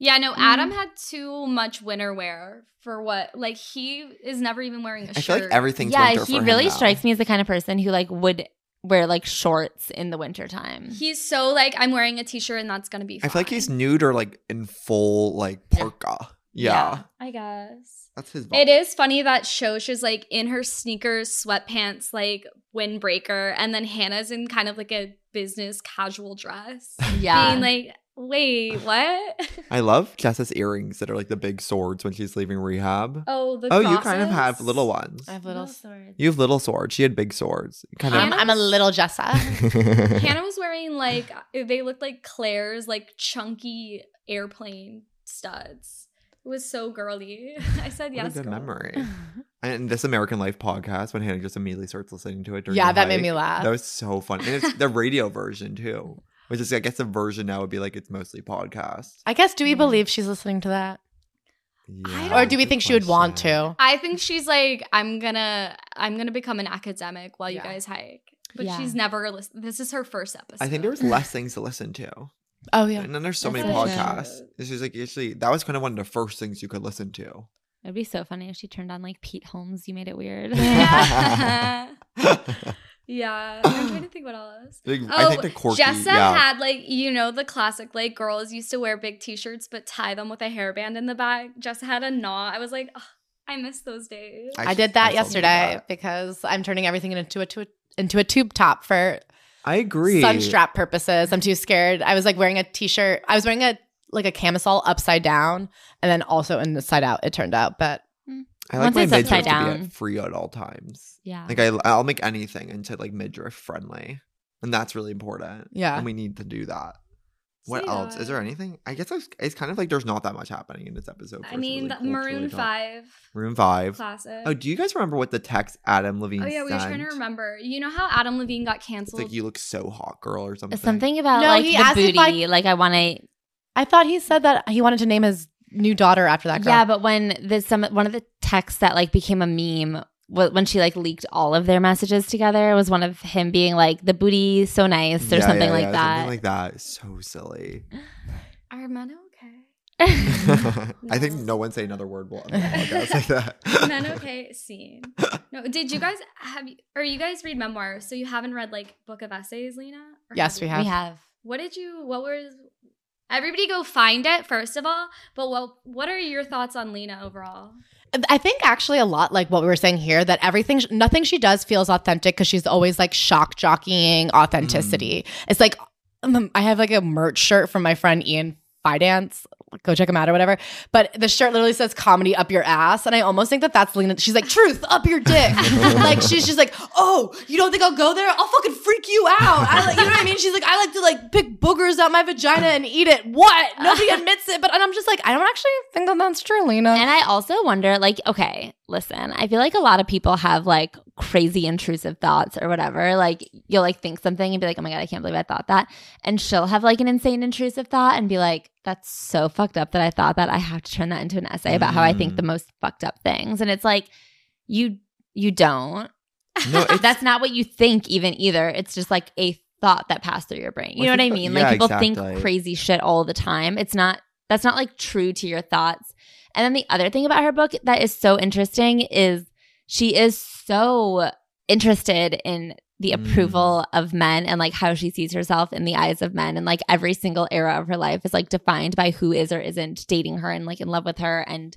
[SPEAKER 1] Yeah, no, Adam had too much winter wear for what like he is never even wearing a
[SPEAKER 6] I
[SPEAKER 1] shirt.
[SPEAKER 6] feel like everything's
[SPEAKER 4] yeah.
[SPEAKER 6] winter
[SPEAKER 4] He
[SPEAKER 6] for
[SPEAKER 4] really
[SPEAKER 6] him now.
[SPEAKER 4] strikes me as the kind of person who like would wear like shorts in the wintertime.
[SPEAKER 1] He's so like I'm wearing a t-shirt and that's gonna be.
[SPEAKER 6] I feel like
[SPEAKER 1] fine."
[SPEAKER 6] he's nude or like in full like parka. Yeah.
[SPEAKER 1] I guess.
[SPEAKER 2] That's his vibe.
[SPEAKER 1] It is funny that Shosh is like in her sneakers, sweatpants, like windbreaker, and then Hannah's in kind of like a business casual dress.
[SPEAKER 4] Yeah.
[SPEAKER 1] Being like, wait, what?
[SPEAKER 2] I love Jess's earrings that are like the big swords when she's leaving rehab.
[SPEAKER 1] oh, the
[SPEAKER 2] oh, you kind of
[SPEAKER 1] crosses?
[SPEAKER 2] have little ones.
[SPEAKER 3] I have little.
[SPEAKER 2] You have little swords. She had big swords. Kind
[SPEAKER 3] I'm,
[SPEAKER 2] of.
[SPEAKER 3] I'm a little Jessa.
[SPEAKER 1] Hannah was wearing like they looked like Claire's like chunky airplane studs. It was so girly. I said
[SPEAKER 2] What
[SPEAKER 1] yes.
[SPEAKER 2] a good
[SPEAKER 1] girl.
[SPEAKER 2] memory. And this American Life podcast, when Hannah just immediately starts listening to it during
[SPEAKER 3] yeah,
[SPEAKER 2] the
[SPEAKER 3] that made
[SPEAKER 2] hike.
[SPEAKER 3] me laugh.
[SPEAKER 2] That was so fun. And it's the radio version too, which is, I guess, the version now would be like it's mostly podcast.
[SPEAKER 3] I guess do we believe she's listening to that,
[SPEAKER 2] Yeah,
[SPEAKER 3] Mm-hmm. or do we
[SPEAKER 2] good
[SPEAKER 3] think she would want
[SPEAKER 2] question.
[SPEAKER 3] to?
[SPEAKER 1] I think she's like, I'm gonna, I'm gonna become an academic while you
[SPEAKER 3] Yeah.
[SPEAKER 1] guys hike. But
[SPEAKER 4] Yeah.
[SPEAKER 1] she's never listened. This is her first episode.
[SPEAKER 2] I think there was less things to listen to.
[SPEAKER 3] Oh yeah,
[SPEAKER 2] And then there's so
[SPEAKER 4] That's
[SPEAKER 2] many
[SPEAKER 4] so true.
[SPEAKER 2] podcasts. This is like actually that was kind of one of the first things you could listen to.
[SPEAKER 4] It'd be so funny if she turned on like Pete Holmes. You made it weird.
[SPEAKER 1] Yeah. yeah. I'm trying to think what else.
[SPEAKER 2] Like,
[SPEAKER 1] Oh,
[SPEAKER 2] I think the quirky,
[SPEAKER 1] Jessa
[SPEAKER 2] yeah.
[SPEAKER 1] had like you know the classic like girls used to wear big T-shirts but tie them with a hairband in the back. Jessa had a knot. I was like, "Ugh, I miss those days.
[SPEAKER 3] I, did that
[SPEAKER 2] still do
[SPEAKER 3] yesterday
[SPEAKER 2] that.
[SPEAKER 3] because I'm turning everything into a to a, into a tube top for
[SPEAKER 2] I agree.
[SPEAKER 3] sunstrap purposes. I'm too scared. I was like wearing a t-shirt. I was wearing a like a camisole upside down and then also in the side out. It turned out, but
[SPEAKER 2] I like
[SPEAKER 4] Once
[SPEAKER 2] my
[SPEAKER 4] it's
[SPEAKER 2] midriff
[SPEAKER 4] upside
[SPEAKER 2] to be
[SPEAKER 4] down.
[SPEAKER 2] at free at all times.
[SPEAKER 4] yeah.
[SPEAKER 2] Like I, I'll make anything into like midriff friendly, and that's really important.
[SPEAKER 3] Yeah.
[SPEAKER 2] and we need to do that. What
[SPEAKER 1] So,
[SPEAKER 2] else?
[SPEAKER 1] yeah.
[SPEAKER 2] Is there anything? I guess it's, it's kind of like there's not that much happening in this episode.
[SPEAKER 1] I
[SPEAKER 2] for us to
[SPEAKER 1] mean,
[SPEAKER 2] really
[SPEAKER 1] the Maroon
[SPEAKER 2] culturally talk-
[SPEAKER 1] Five
[SPEAKER 2] Maroon Five.
[SPEAKER 1] classic.
[SPEAKER 2] Oh, do you guys remember what the text Adam Levine?
[SPEAKER 1] Oh, yeah, we were trying to
[SPEAKER 2] sent?
[SPEAKER 1] remember. You know how Adam Levine got
[SPEAKER 2] It's
[SPEAKER 1] canceled?
[SPEAKER 2] like you look so hot, girl, or something.
[SPEAKER 4] Something about
[SPEAKER 3] No,
[SPEAKER 4] like
[SPEAKER 3] he
[SPEAKER 4] the
[SPEAKER 3] asked if
[SPEAKER 4] booty.
[SPEAKER 3] I-
[SPEAKER 4] like I want to.
[SPEAKER 3] I thought he said that he wanted to name his new daughter after that girl.
[SPEAKER 4] Yeah, but when the some one of the texts that like became a meme wa- when she like leaked all of their messages together was one of him being like the booty so nice or
[SPEAKER 2] Yeah,
[SPEAKER 4] something,
[SPEAKER 2] yeah,
[SPEAKER 4] like
[SPEAKER 2] yeah,
[SPEAKER 4] that.
[SPEAKER 2] Something like that. So silly.
[SPEAKER 1] Armando, okay.
[SPEAKER 2] I think no one say another word while on the podcast like that.
[SPEAKER 1] Men okay scene. No, did you guys have you- or you guys read memoirs? So you haven't read like Book of Essays, Lena? Or
[SPEAKER 3] Yes, we
[SPEAKER 1] you?
[SPEAKER 3] have.
[SPEAKER 4] we have.
[SPEAKER 1] What did you what was everybody go find it first of all, but what what are your thoughts on Lena overall?
[SPEAKER 3] I think actually a lot like what we were saying here that everything, nothing she does feels authentic because she's always like shock jockeying authenticity. It's like um, I have like a merch shirt from my friend Ian Fidance. Go check him out or whatever. But the shirt literally says comedy up your ass. And I almost think that that's Lena. She's like, truth up your dick. like, she's just like, oh, you don't think I'll go there? I'll fucking freak you out. I, like, you know what I mean? She's like, I like to like pick boogers out my vagina and eat it. What? Nobody admits it. But and I'm just like, I don't actually think that that's true, Lena.
[SPEAKER 4] And I also wonder, like, okay, listen, I feel like a lot of people have like crazy intrusive thoughts or whatever. Like, you'll like think something and be like, oh my God, I can't believe I thought that. And she'll have like an insane intrusive thought and be like, that's so fucked up that I thought that. I have to turn that into an essay about how I think
[SPEAKER 2] Mm.
[SPEAKER 4] the most fucked up things. And it's like, you, you don't.
[SPEAKER 2] no, it's
[SPEAKER 4] That's not what you think, even either. It's just like a thought that passed through your brain. You
[SPEAKER 2] Well, I
[SPEAKER 4] know what I
[SPEAKER 2] think that-
[SPEAKER 4] mean?
[SPEAKER 2] yeah,
[SPEAKER 4] like, people
[SPEAKER 2] exactly.
[SPEAKER 4] think crazy shit all the time. It's not that's not like true to your thoughts. And then the other thing about her book that is so interesting is she is so interested in the
[SPEAKER 2] Mm.
[SPEAKER 4] approval of men and like how she sees herself in the eyes of men and like every single era of her life is like defined by who is or isn't dating her and like in love with her and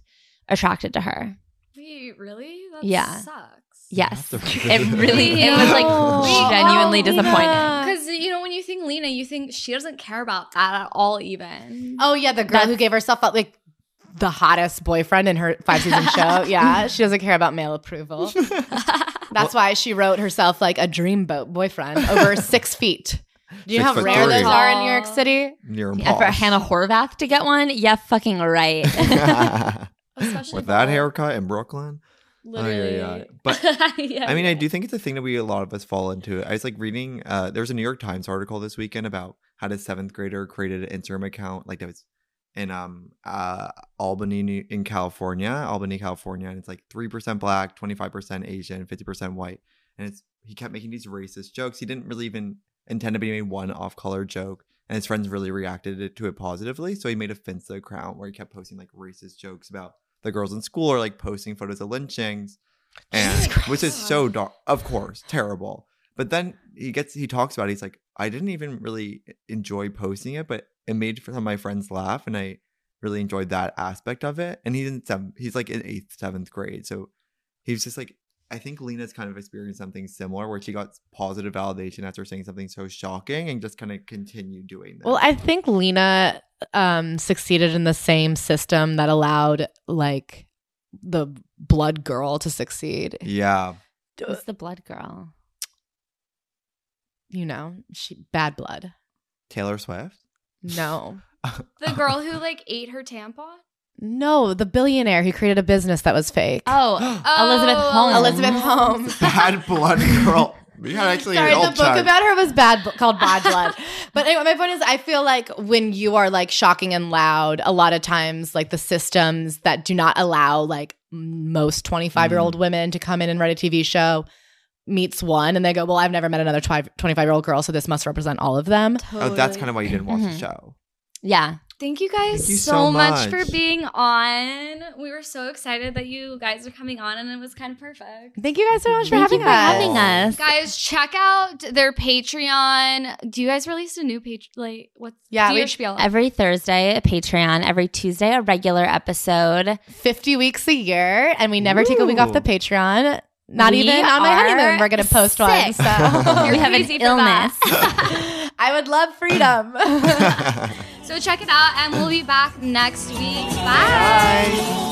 [SPEAKER 4] attracted to her.
[SPEAKER 1] Wait, really? That
[SPEAKER 4] Yeah.
[SPEAKER 1] sucks.
[SPEAKER 4] Yes.
[SPEAKER 2] That's a
[SPEAKER 4] It really it was
[SPEAKER 3] No.
[SPEAKER 4] like genuinely
[SPEAKER 3] Oh, Nina.
[SPEAKER 4] disappointing.
[SPEAKER 1] Because Uh, you know, when you think Lena, you think she doesn't care about that at all, even.
[SPEAKER 3] Oh yeah, the girl who gave herself up like the hottest boyfriend in her five season show. Yeah, she doesn't care about male approval. That's why she wrote herself like a dreamboat boyfriend over six feet. Do you know
[SPEAKER 2] Six
[SPEAKER 3] how
[SPEAKER 2] foot
[SPEAKER 3] rare
[SPEAKER 2] three.
[SPEAKER 3] those are in New York
[SPEAKER 1] Aw.
[SPEAKER 3] City?
[SPEAKER 2] near
[SPEAKER 4] Yeah, for Hannah Horvath to get one, yeah, fucking right.
[SPEAKER 1] Especially
[SPEAKER 2] With that
[SPEAKER 1] for-
[SPEAKER 2] haircut in Brooklyn, Oh, yeah,
[SPEAKER 1] Literally.
[SPEAKER 2] yeah. But I mean, I do think it's a thing that we a lot of us fall into. I was like reading. Uh, there was a New York Times article this weekend about how a seventh grader created an Instagram account like that was in um uh Albany New- in California, Albany, California, and it's like three percent black, twenty five percent Asian, fifty percent white, and it's he kept making these racist jokes. He didn't really even intend to be made one off color joke. And his friends really reacted it- to it positively. So he made a fence the crown where he kept posting like racist jokes about the girls in school or like posting photos of lynchings. And which is so dark, of course, terrible. But then he gets, he talks about, it, he's like, I didn't even really enjoy posting it, but it made some of my friends laugh. And I, really enjoyed that aspect of it. And he's in seven, he's like in eighth, seventh grade. So he's just like, I think Lena's kind of experienced something similar where she got positive validation after saying something so shocking and just kind of continued doing that.
[SPEAKER 3] Well, I think Lena um, succeeded in the same system that allowed like the blood girl to succeed.
[SPEAKER 2] yeah.
[SPEAKER 4] Who's the blood girl?
[SPEAKER 3] You know, she bad blood.
[SPEAKER 2] Taylor Swift.
[SPEAKER 3] No.
[SPEAKER 1] The girl who like ate her tampon?
[SPEAKER 3] No, the billionaire who created a business that was fake.
[SPEAKER 4] Oh, Elizabeth Holmes.
[SPEAKER 3] Elizabeth Holmes.
[SPEAKER 2] Bad blood girl. We had actually
[SPEAKER 3] Sorry,
[SPEAKER 2] an
[SPEAKER 3] the
[SPEAKER 2] old
[SPEAKER 3] book
[SPEAKER 2] time.
[SPEAKER 3] about her was bad, Bl- called Bad Blood. but anyway, my point is, I feel like when you are like shocking and loud, a lot of times, like the systems that do not allow like m- most 25 year old women to come in and write a TV show meets one and they go, Well, I've never met another 25 year old girl, so this must represent all of them.
[SPEAKER 2] Oh, that's kind of why you didn't watch the show.
[SPEAKER 4] Yeah.
[SPEAKER 1] Thank you guys
[SPEAKER 2] Thank you
[SPEAKER 1] so,
[SPEAKER 2] so
[SPEAKER 1] much.
[SPEAKER 2] much.
[SPEAKER 1] for being on. We were so excited that you guys are coming on, and it was kind of perfect.
[SPEAKER 3] Thank you guys so much for
[SPEAKER 4] Thank
[SPEAKER 3] having
[SPEAKER 4] you
[SPEAKER 3] us.
[SPEAKER 4] for having us.
[SPEAKER 1] Guys, check out their Patreon. Do you guys release a new page? Like, what's
[SPEAKER 3] Yeah,
[SPEAKER 1] do your
[SPEAKER 3] we-
[SPEAKER 1] spiel?
[SPEAKER 4] Every Thursday, a Patreon. Every Tuesday, a regular episode.
[SPEAKER 3] 50 weeks a year, and we never take a week off the
[SPEAKER 2] Ooh.
[SPEAKER 3] Patreon. Not
[SPEAKER 4] We
[SPEAKER 3] even on my
[SPEAKER 4] are
[SPEAKER 3] honeymoon. We're going to post one.
[SPEAKER 4] sick.
[SPEAKER 3] So
[SPEAKER 1] You're
[SPEAKER 4] we have an
[SPEAKER 1] crazy for that.
[SPEAKER 4] illness.
[SPEAKER 3] I would love freedom.
[SPEAKER 1] so check it out, and we'll be back next week. Bye.